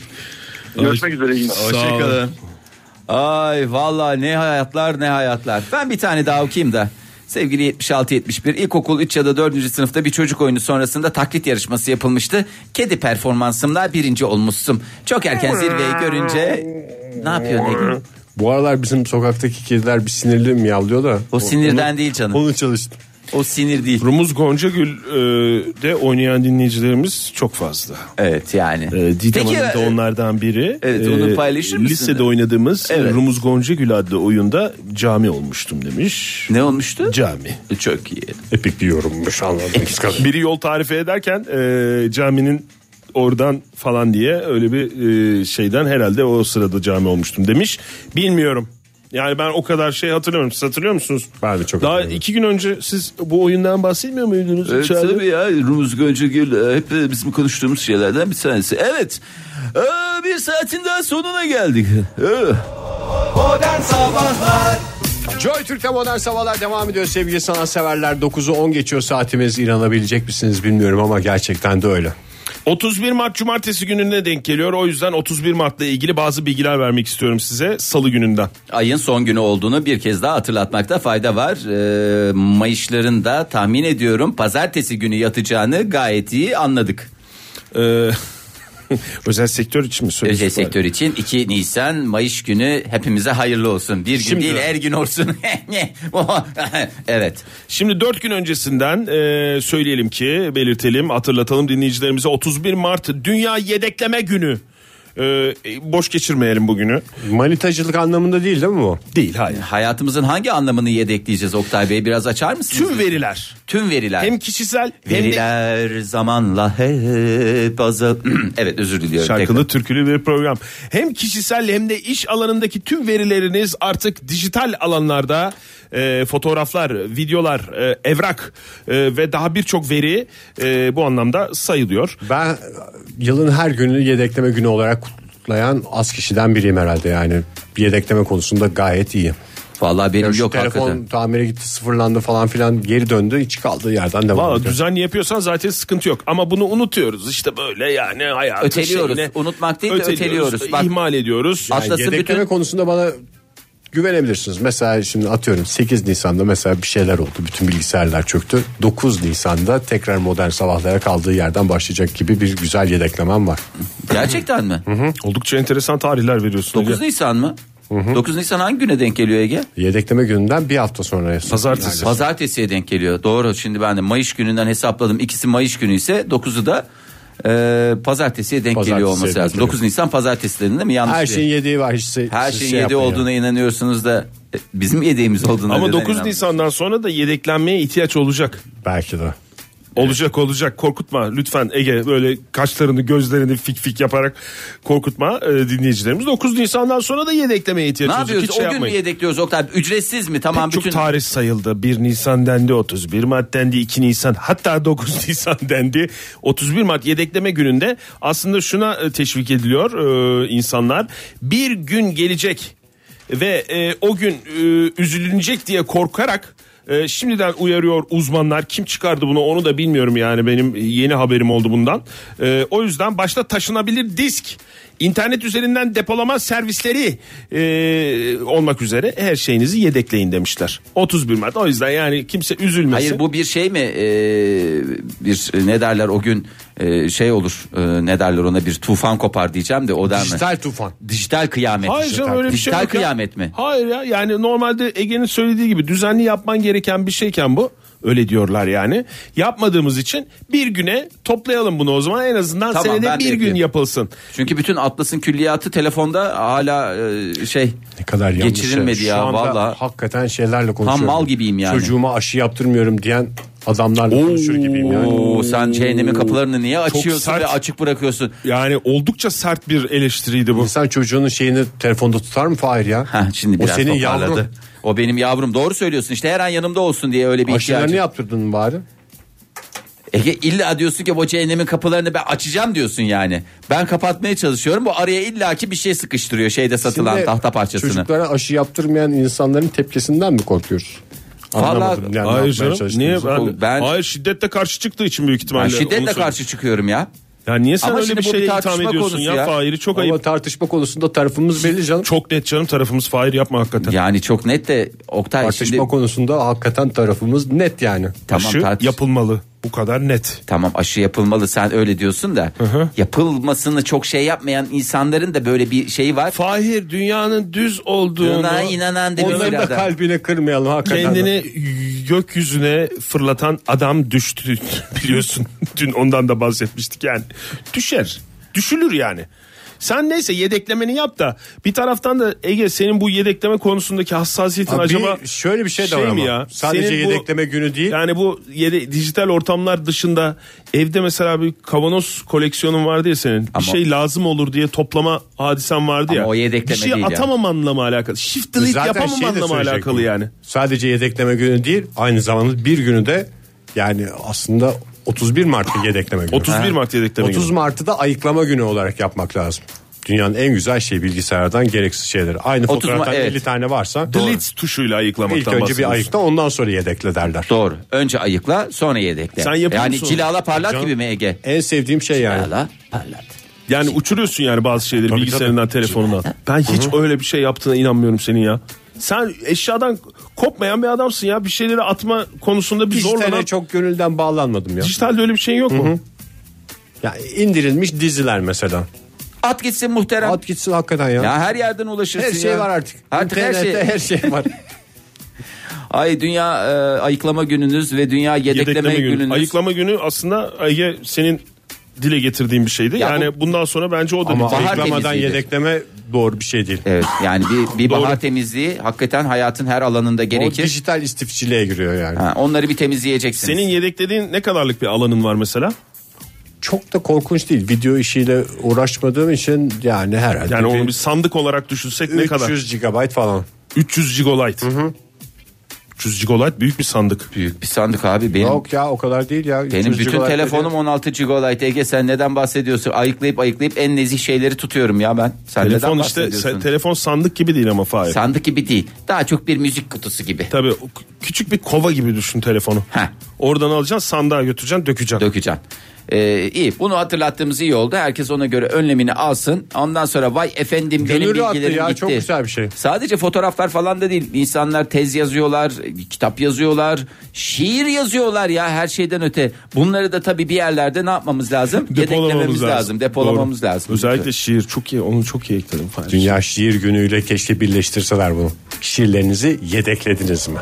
G: Görüşmek üzere. iyi günler.
E: Sağ olun.
C: Hoşçakalın. Ay valla ne hayatlar ne hayatlar. Ben bir tane daha okuyayım da. Sevgili 76-71 ilkokul 3 ya da 4. sınıfta bir çocuk oyunu sonrasında taklit yarışması yapılmıştı. Kedi performansımla birinci olmuştum. Çok erken zirveyi görünce ne yapıyor Negin?
B: Bu aralar bizim sokaktaki kediler bir sinirli miyavlıyor da.
C: O sinirden değil canım.
B: Onu çalıştım.
C: O sinir değil.
E: Rumuz Goncagül e, de oynayan dinleyicilerimiz çok fazla.
C: Evet yani.
E: E, Didem
C: Peki,
E: Hanım da
C: e,
E: onlardan biri. E,
C: Evet, onu paylaşır mısın?
E: Lisede oynadığımız
C: Evet.
E: Rumuz Goncagül adlı oyunda cami olmuştum demiş.
C: Ne olmuştu?
E: Cami.
C: Çok iyi.
B: Epik bir yorummuş anladığımız kadar.
E: Biri yol tarifi ederken e, caminin oradan falan diye öyle bir e, şeyden herhalde o sırada cami olmuştum demiş. Bilmiyorum. Yani ben o kadar şey hatırlamıyorum. Siz hatırlıyor musunuz?
B: Ben de çok
E: Daha
B: hatırlamıyorum.
E: iki gün önce siz bu oyundan bahsetmiyor muydunuz?
C: Evet,
E: içeride?
C: tabii ya Rumuz Göncegül e, hep e, bizim konuştuğumuz şeylerden bir tanesi. Evet e, bir saatin daha sonuna geldik. E.
B: Joy Türk'te modern sabahlar devam ediyor sevgili sanatseverler. 9'u 10 geçiyor saatimiz. İnanabilecek misiniz bilmiyorum ama gerçekten de öyle.
E: 31 Mart Cumartesi gününe denk geliyor. O yüzden 31 Mart'la ilgili bazı bilgiler vermek istiyorum size Salı gününden.
C: Ayın son günü olduğunu bir kez daha hatırlatmakta fayda var. E, Mayışların da tahmin ediyorum pazartesi günü yatacağını gayet iyi anladık.
E: Ee, özel sektör için mi söylüyorsunuz?
C: Özel sektör için 2 Nisan Mayış günü hepimize hayırlı olsun. Bir gün
E: Şimdi-
C: değil her gün olsun. Oh, evet.
E: Şimdi 4 gün öncesinden e, söyleyelim ki belirtelim hatırlatalım dinleyicilerimize 31 Mart Dünya Yedekleme Günü. E, e, boş geçirmeyelim bugünü.
B: Manitacılık anlamında değil değil mi bu?
E: Değil hayır.
C: Hayatımızın hangi anlamını yedekleyeceğiz Oktay Bey biraz açar mısınız?
E: Tüm veriler
C: Tüm veriler.
E: hem kişisel hem de
C: Veriler zamanla hep azal... evet özür diliyorum.
E: Şarkılı
C: tekrar.
E: türkülü bir program. Hem kişisel hem de iş alanındaki tüm verileriniz artık dijital alanlarda e, fotoğraflar, videolar, e, evrak e, ve daha birçok veri e, bu anlamda sayılıyor.
B: Ben yılın her gününü yedekleme günü olarak kutlayan az kişiden biriyim herhalde yani. Yedekleme konusunda gayet iyi.
C: Vallahi benim
B: Ya şu
C: yok
B: telefon
C: hakikaten.
B: tamire gitti sıfırlandı falan filan geri döndü hiç kaldığı yerden devam
E: Valla
B: ediyor.
E: düzenli yapıyorsan zaten sıkıntı yok. Ama bunu unutuyoruz. İşte böyle yani hayatın
C: Öteliyoruz.
E: şeyine-
C: Unutmak değil de öteliyoruz. Bak-
E: ihmal ediyoruz.
C: At- Atlas'ın
B: Yedekleme
C: bütün-
B: konusunda bana güvenebilirsiniz. Mesela şimdi atıyorum 8 Nisan'da mesela bir şeyler oldu. Bütün bilgisayarlar çöktü. 9 Nisan'da tekrar modern sabahlara kaldığı yerden başlayacak gibi bir güzel yedeklemem var.
C: Gerçekten mi?
E: Oldukça enteresan tarihler veriyorsun.
C: 9
E: Ege.
C: Nisan mı? 9 Nisan hangi güne denk geliyor Ege?
B: Yedekleme gününden bir hafta sonra.
E: Pazartesi.
C: Pazartesiye denk geliyor. Doğru. Şimdi ben de Mayış gününden hesapladım. İkisi Mayış günü ise 9'u da e, pazartesiye denk
B: Pazartesiye
C: geliyor olması
B: denk
C: lazım.
B: geliyor.
C: 9 Nisan pazartesilerinde değil mi? Yanlış
B: Her
C: bir-
B: şeyin yediği var. Hiç,
C: Her
B: siz
C: şeyin
B: şey
C: yedi
B: yapmayın
C: olduğuna inanıyorsunuz da e, bizim yediğimiz olduğuna
E: Ama
C: neden
E: 9
C: inanmıyorsunuz?
E: Nisan'dan sonra da yedeklenmeye ihtiyaç olacak.
B: yani. Belki de.
E: Olacak olacak korkutma lütfen Ege böyle kaşlarını gözlerini fik fik yaparak korkutma e, dinleyicilerimiz. 9 Nisan'dan sonra da yedeklemeye
C: Ne
E: ihtiyaç olacak.
C: yapıyoruz? o
E: Hiç şey
C: gün mü
E: yapmayın.
C: yedekliyoruz Oktay? Ücretsiz mi? Tamam
E: Çok
C: bütün
E: tarih sayıldı. 1 Nisan dendi 31 Mart dendi 2 Nisan hatta 9 Nisan dendi. 31 Mart yedekleme gününde aslında şuna e, teşvik ediliyor e, insanlar. Bir gün gelecek ve e, o gün e, üzülünecek diye korkarak e, şimdiden uyarıyor uzmanlar. Kim çıkardı bunu onu da bilmiyorum yani benim yeni haberim oldu bundan. E, o yüzden başta taşınabilir disk, internet üzerinden depolama servisleri e, olmak üzere her şeyinizi yedekleyin demişler. 31 Mart o yüzden yani kimse üzülmesin.
C: Hayır bu bir şey mi Ee, bir e, ne derler o gün e, şey olur e, ne derler ona bir tufan kopar diyeceğim de o der mi?
B: Dijital tufan.
C: Dijital kıyamet.
E: Hayır
C: Dijital-
E: canım öyle bir şey
C: Dijital
E: yok ya.
C: kıyamet mi?
E: Hayır ya yani normalde Ege'nin söylediği gibi düzenli yapman gereken bir şeyken bu. Öyle diyorlar yani. Yapmadığımız için bir güne toplayalım bunu o zaman en azından
C: Tamam, ben
E: senede
C: de
E: bir gün
C: yapayım.
E: yapılsın.
C: Çünkü bütün Atlas'ın külliyatı telefonda hala e, şey
B: Ne kadar yanlış. şey.
C: geçirilmedi
B: Şu
C: ya
B: anda
C: valla.
B: Hakikaten şeylerle konuşuyorum.
C: mal gibiyim yani.
B: Çocuğuma aşı yaptırmıyorum diyen adamlarla konuşur gibiyim yani.
C: Oo, sen şey- cehennemin kapılarını niye açıyorsun
E: sert.
C: ve açık bırakıyorsun?
E: Yani oldukça sert bir eleştiriydi bu.
B: İnsan çocuğunun şeyini telefonda tutar mı Fahir ya?
C: Ha şimdi biraz
B: o senin
C: toparladı.
B: yavrun.
C: O benim yavrum doğru söylüyorsun işte her an yanımda olsun diye öyle bir
B: Aşılarını
C: ihtiyacım.
B: yaptırdın mı bari?
C: Ege illa diyorsun ki bu cehennemin kapılarını ben açacağım diyorsun yani. Ben kapatmaya çalışıyorum. Bu araya illaki bir şey sıkıştırıyor şeyde satılan
B: Şimdi
C: tahta parçasını.
B: Çocuklara aşı yaptırmayan insanların tepkisinden mi korkuyoruz?
C: Vallahi-
B: Anlamadım yani ne
E: Hayır
B: yapmaya
E: canım
B: çalıştığınızı.
E: niye ben,
C: Ben-
E: Hayır şiddette karşı çıktığı için büyük
C: Ben
E: ihtimalle. onu
C: şiddetle
E: söylüyorum.
C: karşı çıkıyorum ya.
E: Ya niye sen
C: Ama
E: öyle
C: şimdi
E: bir
C: bu bir
E: şeye itham
C: tartışma
E: ediyorsun
C: konusu
E: ya,
C: ya.
E: Fahir'i çok
B: Ama
E: ayıp.
B: tartışma konusunda tarafımız belli canım.
E: Çok net canım tarafımız Fahir yapma hakikaten.
C: Yani çok net de Oktay
B: tartışma
C: şimdi
B: konusunda hakikaten tarafımız net yani.
C: tamam
E: Aşı
C: tartış-
E: yapılmalı. Bu kadar net.
C: Tamam aşı yapılmalı sen öyle diyorsun da yapılmasını çok şey yapmayan insanların da böyle bir şeyi var.
E: Fahir dünyanın düz olduğunu
C: Buna inanan demiyor
B: Onları da
C: birader.
B: kalbine kırmayalım hakikaten.
E: kendini gökyüzüne fırlatan adam düştü biliyorsun. Dün ondan da bahsetmiştik yani. Düşer. Düşülür yani. Sen neyse yedeklemeni yap da bir taraftan da Ege senin bu yedekleme konusundaki hassasiyetin
B: Abi,
E: acaba
B: şöyle bir şey de var ama. Sadece
E: bu-
B: yedekleme günü değil.
E: Yani bu yede, dijital ortamlar dışında evde mesela bir kavanoz koleksiyonun vardı ya senin.
C: Ama-
E: bir şey lazım olur diye toplama hadisen vardı
C: Ama
E: ya.
C: o yedekleme
E: bir şey
C: değil yani.
E: atamamanla mı alakalı? Shift delete
B: Zaten şey de
E: yapamamanla mı
B: söyleyecektim.
E: alakalı yani?
B: Sadece yedekleme günü değil aynı zamanda bir günü de yani aslında 31 Mart'ta yedekleme günü.
E: 31 Mart yedekleme
B: 30
E: günü.
B: Mart'ı da ayıklama günü olarak yapmak lazım. Dünyanın en güzel şeyi bilgisayardan gereksiz şeyleri. Aynı
C: 30
B: fotoğraftan
C: Mart, evet.
B: 50 tane varsa
E: Delete tuşuyla ayıklamaktan
B: ilk önce bir
E: bahsediyorsun.
B: ayıkla ondan sonra yedekle derler.
C: Doğru. Önce ayıkla sonra yedekle.
E: Sen yapıyor
C: yani
E: musun?
C: cilala parlat
B: Canım.
C: gibi mi Ege?
B: En sevdiğim şey yani.
C: Cilala parlat.
E: Yani uçuruyorsun yani bazı şeyleri
B: Tabii,
E: bilgisayarından telefonuna. Ben hiç öyle bir şey yaptığına inanmıyorum senin ya. Sen eşyadan kopmayan bir adamsın ya. Bir şeyleri atma konusunda bir zorlanan.
B: Dijitale çok gönülden bağlanmadım ya.
E: Dijitalde öyle bir şey yok mu?
B: Ya indirilmiş diziler mesela.
C: At gitsin muhterem.
B: At gitsin hakikaten ya.
C: Ya her yerden ulaşırsın
B: her şey
C: ya.
B: var artık.
C: Artık her şey.
B: İnternette her şey var.
C: Ay dünya e, ayıklama gününüz ve dünya yedekleme,
E: günü.
C: gününüz.
E: Ayıklama günü aslında Ege senin dile getirdiğin bir şeydi.
C: Ya
E: yani bundan sonra bence o da
B: Ama
E: bir
C: Bahar
B: ayıklamadan
C: temizliğidir.
B: yedekleme doğru bir şey değil.
C: Evet yani bir, bir
E: Doğru.
C: bahar temizliği hakikaten hayatın her alanında
B: O
C: gerekir.
B: dijital istifçiliğe giriyor yani.
C: Ha, onları bir temizleyeceksiniz.
E: senin yedeklediğin ne kadarlık bir alanın var mesela?
B: Çok da korkunç değil. Video işiyle uğraşmadığım için yani herhalde
E: Yani
B: bir
E: onu bir sandık olarak düşünsek ne kadar?
B: 300 GB falan.
E: 300 gigabyte. 300 gigabayt büyük bir sandık.
C: Büyük bir sandık abi benim.
B: Yok ya o kadar değil ya.
C: Benim
B: 300
C: bütün
B: gigabyte
C: telefonum
B: dedi.
C: 16 GB. Ege sen neden bahsediyorsun? Ayıklayıp ayıklayıp en nezih şeyleri tutuyorum ya ben. Sen
E: Telefon
C: neden
E: işte
C: bahsediyorsun?
E: se- telefon sandık gibi değil ama Fahir.
C: Sandık gibi değil. Daha çok bir müzik kutusu gibi.
E: Tabii o k- küçük bir kova gibi düşün telefonu.
C: Heh.
E: Oradan alacaksın sandığa götüreceksin dökeceksin.
C: Dökeceğim. Ee, iyi bunu hatırlattığımız iyi oldu. Herkes ona göre önlemini alsın. Ondan sonra vay efendim benim
B: Gönül rahatlığı
C: bilgilerim
B: ya
C: gitti.
B: çok güzel bir şey.
C: Sadece fotoğraflar falan da değil. İnsanlar tez yazıyorlar, kitap yazıyorlar, şiir yazıyorlar ya her şeyden öte. Bunları da tabii bir yerlerde ne yapmamız lazım? Yedeklememiz lazım, depolamamız
E: Doğru.
C: lazım.
E: Özellikle şiir çok iyi. Onu çok iyi ekledim Fahir.
B: Dünya şiir günüyle keşke birleştirseler bunu. Şiirlerinizi yedeklediniz mi?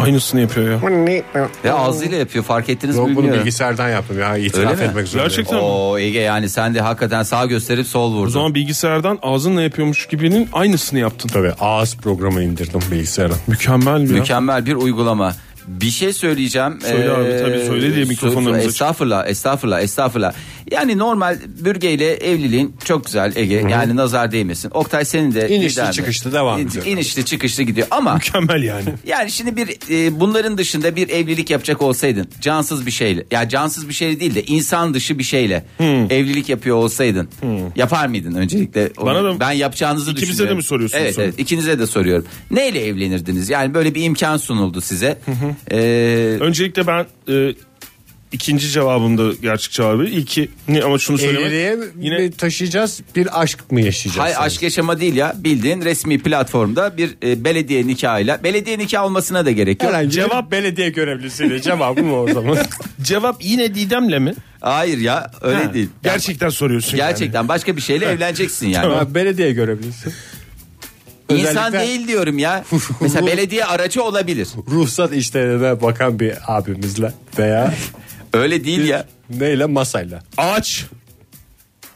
E: Aynısını yapıyor ya.
C: Ve ağzıyla yapıyor fark ettiniz mi
B: Yok bunu
C: bilmiyorum.
B: bilgisayardan yaptım ya itiraf
C: Öyle mi?
B: etmek zorundayım.
E: Gerçekten mi?
C: Oo Ege yani sen de hakikaten sağ gösterip sol vurdun.
E: O zaman bilgisayardan ağzınla yapıyormuş gibinin aynısını yaptın.
B: Tabii ağız programı indirdim bilgisayara.
E: Mükemmel bir.
C: Mükemmel bir uygulama. Bir şey söyleyeceğim.
E: Söyle abi, tabii söyle diye
C: sö-
E: mikrofonlarımız açık.
C: Estağfurullah, estağfurullah, estağfurullah. Yani normal bürgeyle evliliğin çok güzel Ege. Yani nazar değmesin. Oktay senin de
B: İnişli
C: lider mi?
B: çıkışlı devam
C: İn-
B: ediyor.
C: İnişli çıkışlı gidiyor ama
E: Mükemmel yani.
C: yani şimdi bir e, bunların dışında bir evlilik yapacak olsaydın cansız bir şeyle ya cansız bir şey değil de insan dışı bir şeyle
E: Hmm.
C: evlilik yapıyor olsaydın yapar mıydın öncelikle? Onu-
E: Bana da-
C: ben yapacağınızı
E: İkimize de
C: düşünüyorum.
E: mi soruyorsunuz
C: Evet
E: onu?
C: evet ikinize de soruyorum. Neyle evlenirdiniz? Yani böyle bir imkan sunuldu size. Ee,
E: Öncelikle ben e, ikinci cevabımda gerçek cevabı. İlki ne ama şunu
B: Evliliğe
E: söylemek.
B: mi
E: Yine
B: taşıyacağız bir aşk mı yaşayacağız?
C: Hay
B: sonra?
C: aşk yaşama değil ya bildiğin resmi platformda bir e, belediye nikahıyla belediye nikah olmasına da gerek yok.
B: Herhangi
E: Cevap-
B: bir belediye görevlisiyle cevabım o zaman.
E: cevap yine Didem'le mi?
C: Hayır ya öyle değil.
E: Gerçekten soruyorsun yani.
C: Gerçekten başka bir şeyle evleneceksin yani.
B: Ha, belediye görevlisi.
C: İnsan
B: Özellikle-
C: değil diyorum ya. Mesela belediye aracı olabilir.
B: Ruhsat işlerine bakan bir abimizle veya
C: Öyle değil ya.
B: neyle masayla.
E: Ağaç.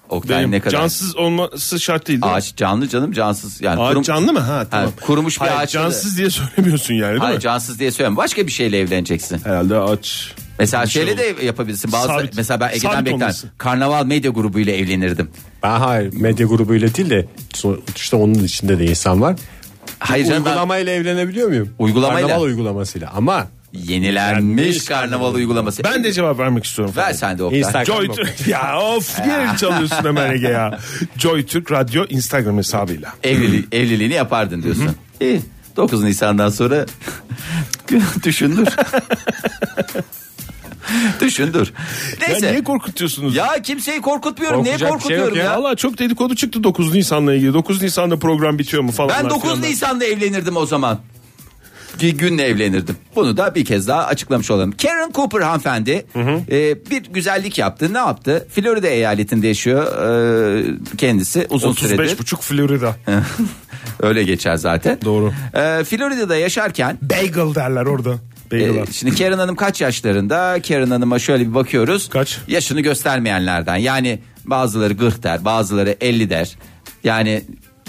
C: Oktay
E: Benim
C: ne kadar.
E: cansız olması şart değil. değil mi?
C: Ağaç canlı canım cansız yani.
E: Ağaç
C: kurum-
E: canlı mı? Ha tamam.
C: kurumuş bir
E: Hayır,
C: ağaç.
E: Cansız diye söylemiyorsun yani değil
C: Hayır
E: mi?
C: cansız diye söylemiyorum. Başka bir şeyle evleneceksin.
E: Herhalde ağaç.
C: Mesela
E: Bir şey
C: şeyle
E: olur.
C: de yapabilirsin. Bazı
E: Sabit.
C: mesela ben Ege'den
E: Sabit
C: bekler.
E: olması.
C: Karnaval medya grubuyla evlenirdim.
B: Ben hayır medya grubuyla değil de işte onun içinde de insan var.
C: Hayır canım ben-
B: uygulamayla evlenebiliyor muyum?
C: Uygulamayla.
B: Karnaval uygulamasıyla ama
C: Yenilenmiş karnaval uygulaması.
E: Ben de cevap vermek istiyorum.
C: ver sen de Oktay.
B: Instagram
E: Joy Türk. ya of geri çalıyorsun hemen Ege ya. Joy Türk Radyo Instagram hesabıyla.
C: Evliliği, evliliğini yapardın diyorsun. İyi. 9 Nisan'dan sonra düşündür. düşündür. Neyse.
E: Ya
C: Ya,
E: niye korkutuyorsunuz?
C: kimseyi korkutmuyorum. niye
B: Korkacak bir şey yok
C: korkutuyorum
B: ya.
C: ya?
E: Valla çok dedikodu çıktı 9 Nisan'la ilgili. 9 Nisan'da program bitiyor mu falan.
C: Ben 9
E: filanlar.
C: Nisan'da evlenirdim o zaman. Bir günle evlenirdim. Bunu da bir kez daha açıklamış olalım. Karen Cooper hanımefendi e, bir güzellik yaptı. Ne yaptı? Florida eyaletinde yaşıyor e, kendisi uzun süredir.
E: 35,5 Florida.
C: Öyle geçer zaten.
E: Doğru.
C: E, Florida'da yaşarken
E: Bagel derler orada.
C: e,
E: Bagel.
C: şimdi Karen Hanım kaç yaşlarında? Karen Hanım'a şöyle bir bakıyoruz.
E: Kaç?
C: Yaşını göstermeyenlerden. Yani bazıları 40 der, bazıları 50 der. Yani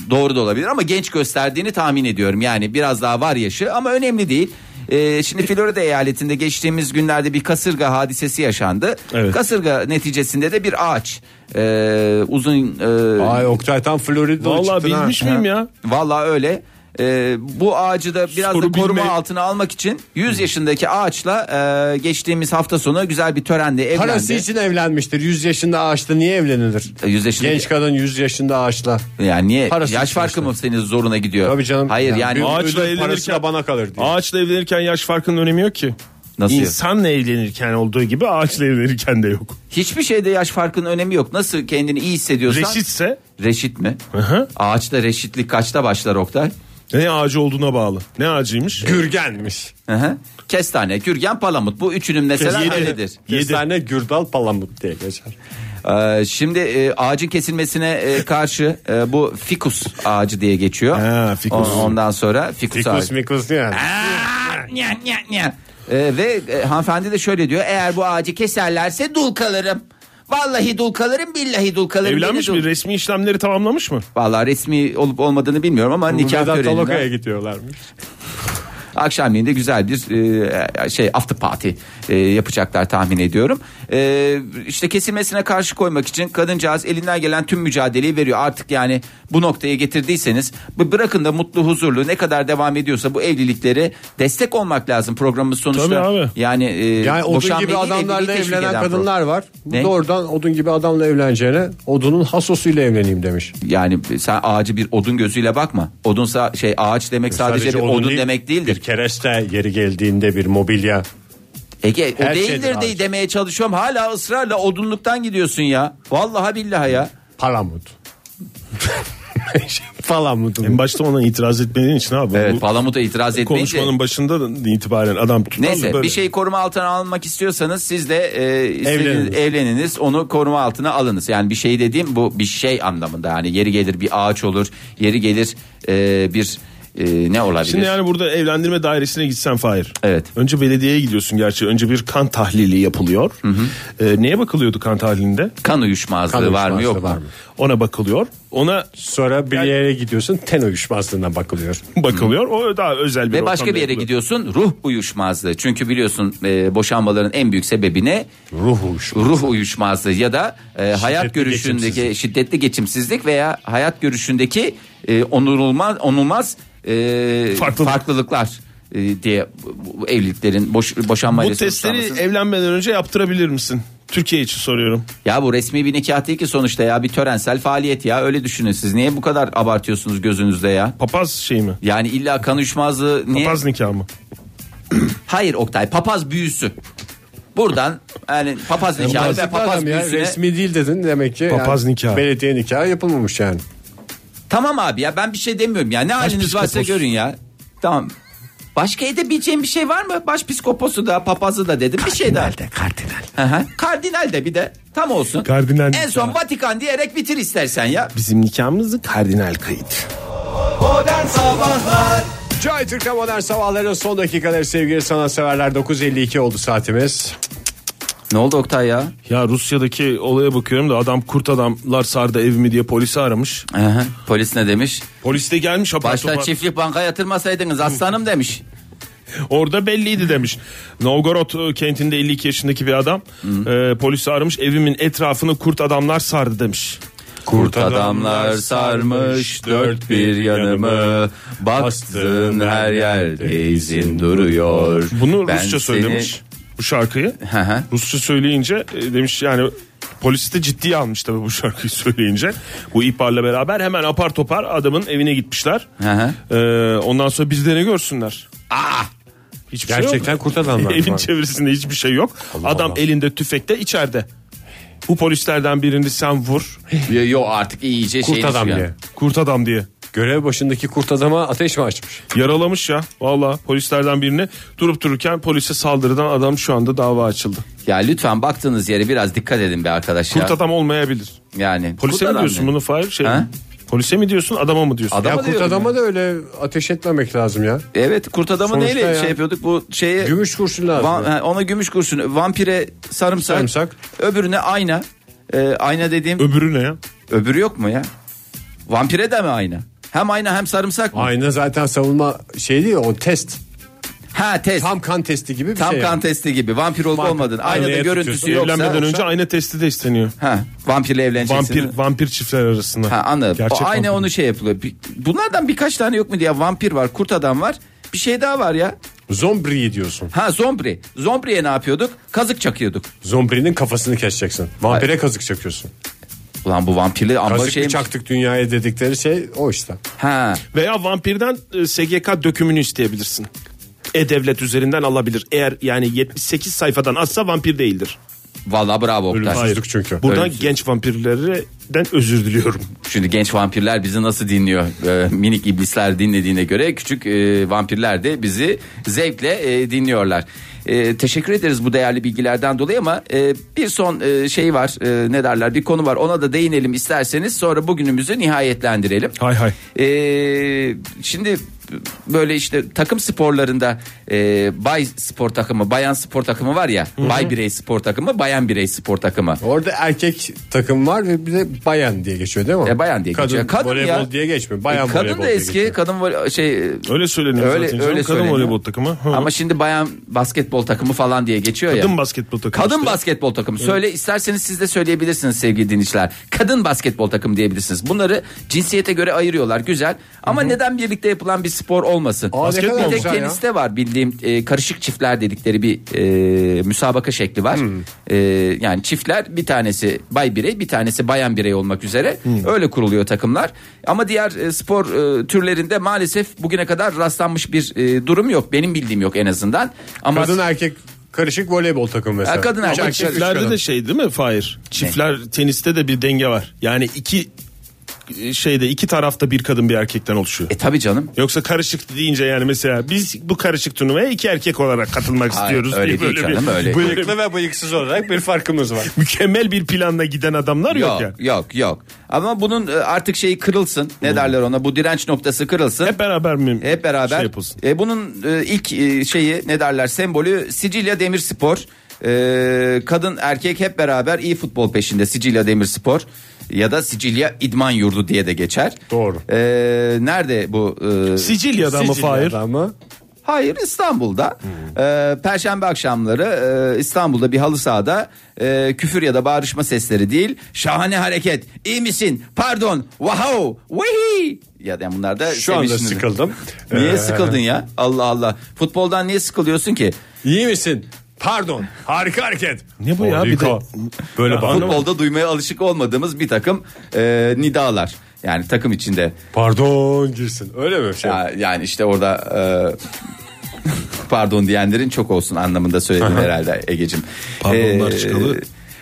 C: doğru da olabilir ama genç gösterdiğini tahmin ediyorum. Yani biraz daha var yaşı ama önemli değil. E, şimdi Florida eyaletinde geçtiğimiz günlerde bir kasırga hadisesi yaşandı.
E: Evet.
C: Kasırga neticesinde de bir ağaç e, uzun e,
B: Ay Oktay tam Florida'da
E: Valla
B: çıktın ha.
E: bilmiş miyim ya?
C: Vallahi öyle. Ee, bu ağacı da biraz
E: Soru
C: da koruma
E: bilme-
C: altına almak için 100 yaşındaki ağaçla e, geçtiğimiz hafta sonu güzel bir törenle evlendi.
B: Parası için evlenmiştir. 100 yaşında ağaçla niye evlenilir?
C: E, 100 yaşında-
B: Genç kadın 100 yaşında ağaçla.
C: Yani niye?
B: Parası
C: Yaş
B: için
C: farkı mı senin zoruna gidiyor?
B: Tabii canım.
C: Hayır yani,
B: bir
E: Ağaçla
B: ödül parası
E: evlenirken-
B: da bana kalır diye.
E: Ağaçla evlenirken yaş farkının önemi yok ki.
C: Nasıl yok?
E: İnsanla evlenirken olduğu gibi ağaçla evlenirken de yok.
C: hiçbir şeyde yaş farkının önemi yok. Nasıl kendini iyi hissediyorsan.
E: Reşitse
C: Reşit mi?
E: hı.
C: Ağaçta reşitlik kaçta başlar Oktay?
E: ne ağacı olduğuna bağlı. Ne
C: E-
E: ağacıymış?
B: Gürgenmiş.
C: Hı hı. Kestane, kürgen, palamut bu üçünün mesela
E: Yedi.
C: öyledir.
E: Yedi.
B: Kestane gürdal palamut diye geçer.
C: Ee, şimdi e, ağacın kesilmesine e, karşı e, bu fikus ağacı diye geçiyor.
E: Ha, fikus.
C: O- Ondan sonra fikus,
B: Fikus
C: ağacı.
B: mikus yani.
C: Aa, nyan, nyan, nyan. Ee, ve e, hanımefendi de şöyle diyor. Eğer bu ağacı keserlerse dul kalırım. Vallahi dul kalırım billahi dul kalırım.
E: Evlenmiş
C: Beni
E: mi?
C: dul-
E: Resmi işlemleri tamamlamış mı?
C: Vallahi resmi olup olmadığını bilmiyorum ama nikah
B: Vedat Aloka'ya
C: töreninden
B: gidiyorlarmış.
C: akşamleyin de güzel bir e, şey after party e, yapacaklar tahmin ediyorum. e, işte kesilmesine karşı koymak için kadıncağız elinden gelen tüm mücadeleyi veriyor. Artık yani bu noktaya getirdiyseniz b- bırakın da mutlu huzurlu ne kadar devam ediyorsa bu evlilikleri destek olmak lazım programımız sonuçta.
E: Tabii abi.
C: Yani, e,
B: Yani odun
C: boşanma
B: gibi
C: değil,
B: adamlarla
C: evliliği teşvik
B: evlenen
C: eden
B: kadınlar var. Bu
C: Ne?
B: da oradan odun gibi adamla evleneceğine odunun hasosuyla evleneyim demiş.
C: Yani sen ağacı bir odun gözüyle bakma. Odunsa şey ağaç demek sadece, bir odun,
B: E, değil,
C: demek değildir.
B: Bir kereste yeri geldiğinde bir mobilya.
C: Ege o
B: Her şeydir
C: değildir
B: ağaç.
C: de demeye çalışıyorum. Hala ısrarla odunluktan gidiyorsun ya. Vallahi billahi ya.
B: Palamut. Palamut.
E: En başta ona itiraz etmediğin için abi.
C: Evet
E: bu
C: Palamut'a itiraz etmeyince.
E: konuşmanın başında da itibaren adam tutarlı
C: E, Neyse
E: böyle.
C: bir şey şeyi koruma altına almak istiyorsanız siz de e, istediğiniz-
E: Evleniniz.
C: evleniniz onu koruma altına alınız. Yani bir şey dediğim bu bir şey anlamında. Yani yeri gelir bir ağaç olur. Yeri gelir e, bir e, ne olabilir?
E: Şimdi yani burada evlendirme dairesine gitsen Fahir.
C: Evet.
E: Önce belediyeye gidiyorsun gerçi. Önce bir kan tahlili yapılıyor. Ee, neye bakılıyordu kan tahlilinde?
C: Kan uyuşmazlığı
B: Kan
C: var mı
B: uyuşmazlığı
C: yok mu?
B: var mı?
E: Ona bakılıyor. Ona
B: Sonra bir yere gidiyorsun ten uyuşmazlığına bakılıyor.
E: bakılıyor. O daha özel bir
C: Ve
E: ortamda
C: başka bir yere
E: yapılıyor.
C: gidiyorsun ruh uyuşmazlığı. Çünkü biliyorsun e, boşanmaların en büyük sebebi ne?
B: Ruh uyuşmazlığı.
C: Ruh uyuşmazlığı ya da e, hayat görüşündeki
B: geçimsizlik.
C: şiddetli geçimsizlik veya hayat görüşündeki e, onurulmaz onulmaz e,
E: Farklılık.
C: farklılıklar e, diye bu- bu evliliklerin boş, boşanma
E: Bu
C: ile
E: testleri
C: sonuçlanmasın.
E: evlenmeden önce yaptırabilir misin? Türkiye için soruyorum.
C: Ya bu resmi bir nikah değil ki sonuçta ya bir törensel faaliyet ya öyle düşünün siz niye bu kadar abartıyorsunuz gözünüzde ya?
E: Papaz şey mi?
C: Yani illa kan uyuşmazlığı niye?
E: Papaz nikahı mı?
C: Hayır Oktay papaz büyüsü. Buradan yani papaz nikahı ve
B: Yazıklar
C: papaz
B: adam ya,
C: büyüsüne.
B: resmi değil dedin demek ki.
E: Papaz nikahı.
B: Belediye nikahı yapılmamış yani.
C: Tamam abi ya ben bir şey demiyorum ya. Ne haliniz varsa
E: psikopos.
C: görün ya. Tamam. Başka edebileceğim bir şey var mı? Baş psiskoposu da papazı da dedim. bir şey daha. Kardinal de. Kardinal de bir de. Tam olsun.
E: Kardinal
C: En son Vatikan diyerek bitir istersen ya.
E: Bizim nikahımızı kardinal kayıt.
B: Joy Türk'te modern sabahların son dakikaları sevgili sanatseverler 9.52 oldu saatimiz.
C: Ne oldu Oktay ya?
E: Ya Rusya'daki olaya bakıyorum da adam kurt adamlar sardı evimi diye polisi aramış.
C: Aha, polis ne demiş?
E: Polis de gelmiş apar
C: Başta
E: topar.
C: çiftlik banka yatırmasaydınız aslanım demiş.
E: Orada belliydi demiş. Novgorod e, kentinde 52 yaşındaki bir adam e, polisi aramış. Evimin etrafını kurt adamlar sardı demiş.
C: Kurt adamlar sarmış dört bir yanımı Baktığın her yerde izin duruyor
E: Bunu
C: Ben
E: Rusça
C: seni-
E: söylemiş bu şarkıyı.
C: Hı hı.
E: Rusça söyleyince e, demiş yani polis de ciddiye almış tabii bu şarkıyı söyleyince. Bu ihbarla beraber hemen apar topar adamın evine gitmişler.
C: Hı hı.
E: E, ondan sonra bizde ne görsünler? Aa!
C: Ah,
E: Hiçbir şey yok.
B: Gerçekten kurt adamlar mı
E: Evin
B: var?
E: çevresinde hiçbir şey yok. Adam
B: Allah.
E: elinde tüfekte içeride. Bu polislerden birini sen vur.
C: Yo, yo, artık iyice şey
B: Kurt adam diye.
E: Kurt adam diye.
B: Görev başındaki kurt adama ateş mi açmış?
E: Yaralamış ya. Valla polislerden birini durup dururken polise saldırıdan adam şu anda dava açıldı.
C: Ya lütfen baktığınız yere biraz dikkat edin be arkadaş ya.
E: Kurt adam olmayabilir.
C: Yani
E: Polise
C: kurt
E: mi
C: adam
E: diyorsun
C: ne?
E: bunu Fahir? Şey,
C: Ha?
E: polise mi diyorsun adama mı diyorsun?
C: Adam-
E: Ya,
C: Adama
B: ya kurt
C: diyorum
B: adama da öyle ateş etmemek lazım ya.
C: Evet kurt adamı
B: Sonuçta
C: neyle
B: ya.
C: şey yapıyorduk bu şeye
B: Gümüş kurşun lazım.
C: Va- ha, ona gümüş kurşun vampire sarımsak,
B: Sarımsak.
C: öbürüne ayna Ee, ayna dediğim
E: öbürü ne ya?
C: öbürü yok mu ya vampire de mi ayna hem ayna hem sarımsak mı
B: Ayna zaten savunma şey değil o test.
C: ha test tam,
B: Tam kan testi gibi bir şey.
C: kan
B: yani.
C: testi gibi vampir olup olmadın aynada
B: aynaya
C: görüntüsü
B: tutuyorsun.
C: yoksa
E: Evlenmeden önce ayna testi de isteniyor.
C: ha, vampirle evleneceksin
E: Vampir vampir çiftler arasında.
C: Ha anladım.
E: Gerçek
C: o aynı
E: vampir.
C: onu şey yapılıyor. Bir- Bunlardan birkaç tane yok mu diye vampir var, kurt adam var. Bir şey daha var ya.
B: Zombriyi diyorsun.
C: Ha zombri. Zombriye ne yapıyorduk? Kazık çakıyorduk.
B: Zombrinin kafasını keseceksin. Vampire kazık çakıyorsun.
C: Ulan bu vampirli ama
B: Kazık
C: şey.
B: bıçaktık dünyaya dedikleri şey o işte.
C: Ha.
E: Veya vampirden e, SGK dökümünü isteyebilirsin. E-Devlet üzerinden alabilir. Eğer yani 78 sayfadan azsa vampir değildir.
C: Vallahi bravo Oktay.
B: Ölümsüzlük çünkü.
E: Buradan
C: Öyle. şey
E: genç vampirlerden özür diliyorum.
C: Şimdi genç vampirler bizi nasıl dinliyor? Ee, minik iblisler dinlediğine göre küçük e, vampirler de bizi zevkle e, dinliyorlar. E, teşekkür ederiz bu değerli bilgilerden dolayı ama e, bir son e, şey var e, ne derler bir konu var ona da değinelim isterseniz sonra bugünümüzü nihayetlendirelim.
E: Hay hay.
C: Ee, şimdi böyle işte takım sporlarında e, bay spor takımı, bayan spor takımı var ya. Bay birey spor takımı, bayan birey spor takımı.
B: Orada erkek takım var ve bir de bayan diye geçiyor değil mi?
C: E, bayan diye
B: kadın,
C: geçiyor. Kadın
B: voleybol
C: ya.
B: diye geçmiyor. Bayan
C: E, kadın
B: voleybol
C: da
B: diye
C: eski,
B: geçiyor.
C: kadın vole- şey
E: Öyle söyleniyor
C: Öyle-
E: zaten. canım.
C: öyle
E: Kadın
C: söyleniyor.
E: voleybol takımı. Hı.
C: ama şey şimdi bayan basketbol takımı falan diye geçiyor ya.
E: Kadın basketbol takımı
C: Kadın
E: işte.
C: basketbol takımı. Söyle isterseniz siz de söyleyebilirsiniz sevgili dinleyiciler. Kadın basketbol takımı diyebilirsiniz. Bunları cinsiyete göre ayırıyorlar. Güzel. Ama neden birlikte yapılan bir spor olmasın?
B: Aa, ne
E: Basketbol
B: kadar
C: Bir tek
B: güzel ya.
C: teniste var bildiğim e, karışık çiftler dedikleri bir e, müsabaka şekli var. E, yani çiftler bir tanesi bay birey bir tanesi bayan birey olmak üzere öyle kuruluyor takımlar. Ama diğer e, spor e, türlerinde maalesef bugüne kadar rastlanmış bir e, durum yok. Benim bildiğim yok en azından. Ama
B: Kadın erkek karışık voleybol takımı mesela.
C: Ha, E, kadın
B: Üç
C: erkek
E: Ama
B: üç
E: çiftlerde
B: kadın.
E: de şey değil mi Fahir? Çiftler teniste de bir denge var. Yani iki e, şeyde iki tarafta bir kadın bir erkekten oluşuyor.
C: e tabi canım.
E: Yoksa karışık deyince yani mesela biz bu karışık turnuvaya iki erkek olarak katılmak
C: Hayır,
E: istiyoruz
C: öyle
E: diye
C: değil
E: böyle
C: canım,
E: bir
C: öyle.
E: böyle
B: Bıyıklı ve bıyıksız olarak bir farkımız var.
E: mükemmel bir planla giden adamlar yok,
C: Yok
E: yani. Hmm.
C: yok yok. Ama bunun e, artık şeyi kırılsın. Ne derler ona? Bu direnç noktası kırılsın.
E: Hep beraber mi?
C: Hep beraber.
E: Şey yapılsın.
C: E, bunun e, ilk e, şeyi ne derler sembolü Sicilya Demirspor. E, kadın erkek hep beraber iyi futbol peşinde Sicilya Demirspor ya da Sicilya İdman Yurdu diye de geçer.
B: Doğru.
C: E, nerede bu? e,
E: Sicilya'da mı Fahir?
B: Sicilya'da mı?
C: Hayır İstanbul'da Ee, Perşembe akşamları e, İstanbul'da bir halı sahada e, küfür ya da bağırışma sesleri değil şahane hareket iyi misin pardon wow wehi ya da bunlar da
B: Şu anda
C: sevişiniz.
B: sıkıldım.
C: Niye
B: Ee,
C: sıkıldın ya Allah Allah futboldan niye sıkılıyorsun ki
B: İyi misin? Pardon. Harika hareket.
E: Ne bu ya? Bir de-
B: Harika. Böyle bağırma.
C: futbolda duymaya alışık olmadığımız bir takım e, nidalar yani takım içinde
B: Pardon girsin. Öyle mi? Şey,
C: Ya- yani işte orada e, pardon diyenlerin çok olsun anlamında söyledim herhalde Egecim. E,
E: Pardonlar çıkalı.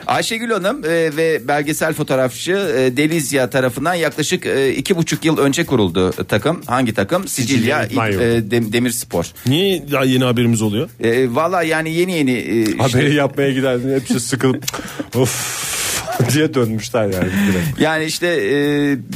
C: Ayşegül Hanım e, ve belgesel fotoğrafçı e, Delizya tarafından yaklaşık e, iki buçuk yıl önce kuruldu takım. Hangi takım? Sicilya,
B: İdman
C: İd-
B: Yurdu.
C: e, Dem- Demirspor.
E: Niye daha yeni haberimiz oluyor?
C: E, Valla yani yeni yeni e, işte-
E: şey-
B: Haberi yapmaya giderdin. Hepsi sıkılıp of diye dönmüşler yani. direkt.
C: Yani işte e,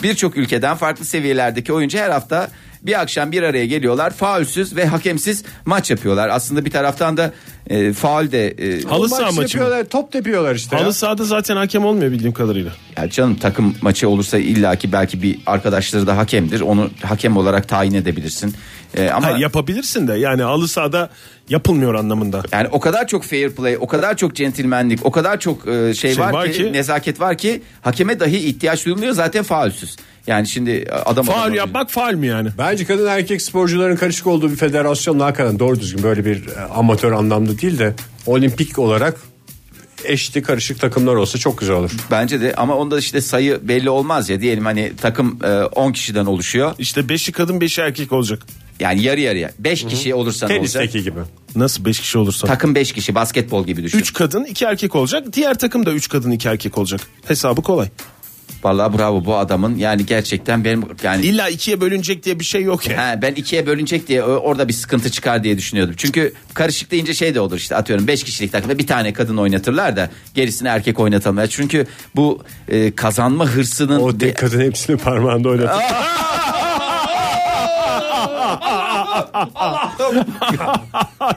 C: birçok ülkeden farklı seviyelerdeki oyuncu her hafta bir akşam bir araya geliyorlar. Faulsüz ve hakemsiz maç yapıyorlar. Aslında bir taraftan da e, faul de e,
E: Halı saha
B: Maç
E: maçı mı?
B: yapıyorlar, top tepiyorlar işte. ya.
E: Halı sahada zaten hakem olmuyor bildiğim kadarıyla.
C: ya canım takım maçı olursa illaki belki bir arkadaşları da hakemdir. Onu hakem olarak tayin edebilirsin. E, ama
E: Hayır, yapabilirsin de yani halı sahada yapılmıyor anlamında.
C: yani o kadar çok fair play, o kadar çok centilmenlik, o kadar çok e, şey,
E: Şey
C: var,
E: var
C: ki,
E: ki-
C: nezaket var ki hakeme dahi ihtiyaç duyulmuyor zaten faulsüz. Yani şimdi e, adam
E: Faul
C: adam-
E: yapmak faul mü yani?
B: Bence kadın erkek sporcuların karışık olduğu bir federasyon hakikaten doğru düzgün böyle bir e, amatör anlamda değil de olimpik olarak eşli karışık takımlar olsa çok güzel olur.
C: Bence de ama onda işte sayı belli olmaz ya diyelim hani takım e, 10 kişiden oluşuyor.
E: İşte beşi kadın beşi erkek olacak.
C: Yani yarı yarıya 5 kişi olursa ne olacak?
B: Tenisteki gibi.
E: Nasıl beş kişi olursa?
C: Takım 5 kişi basketbol gibi düşün.
E: Üç kadın iki erkek olacak. Diğer takım da üç kadın iki erkek olacak. Hesabı kolay.
C: Vallahi bravo bu adamın yani gerçekten benim yani
E: İlla ikiye bölünecek diye bir şey yok ya.
C: He, ben ikiye bölünecek diye ö- orada bir sıkıntı çıkar diye düşünüyordum. Çünkü karışık deyince şey de olur işte atıyorum 5 kişilik takımda bir tane kadın oynatırlar da gerisini erkek oynatamıyor. Çünkü bu e, kazanma hırsının
B: O
C: bir-
B: tek kadın hepsini parmağında oynatır.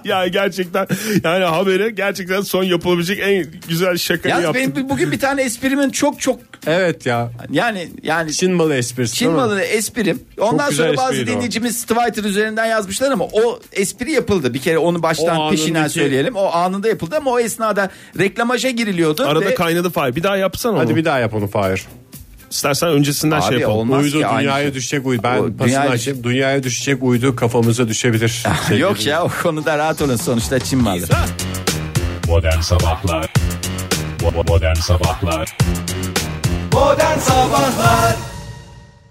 E: ya gerçekten yani habere gerçekten son yapılabilecek en güzel şakayı
C: Yalnız
E: yaptım.
C: benim bugün bir tane esprimin çok çok
B: evet ya.
C: yani yani
B: Çin malı esprisi
C: Çin
B: değil mi?
C: malı esprim. Ondan
B: güzel
C: sonra bazı
B: espriydi o.
C: dinleyicimiz Twitter üzerinden yazmışlar ama o espri yapıldı. Bir kere onu baştan
B: O
C: peşinden
B: anındaki-
C: söyleyelim. O anında yapıldı ama o esnada reklamaja giriliyordu.
E: Arada
C: ve-
E: kaynadı Fahir. Bir daha yapsana onu.
B: Hadi bir daha yap onu Fahir.
E: İstersen öncesinden
C: Abi
E: şey yapalım.
C: olmaz
B: Uydu
C: ki aynı
B: dünyaya
C: şey.
B: düşecek uydu.
C: O
B: Ben pasını
C: dünyaya-
B: açayım. Dünyaya düşecek uydu kafamıza düşebilir. Sevgili
C: Yok ya o konuda rahat olun sonuçta Çin malı.
K: Modern Sabahlar Bo- Modern Sabahlar
C: Modern Sabahlar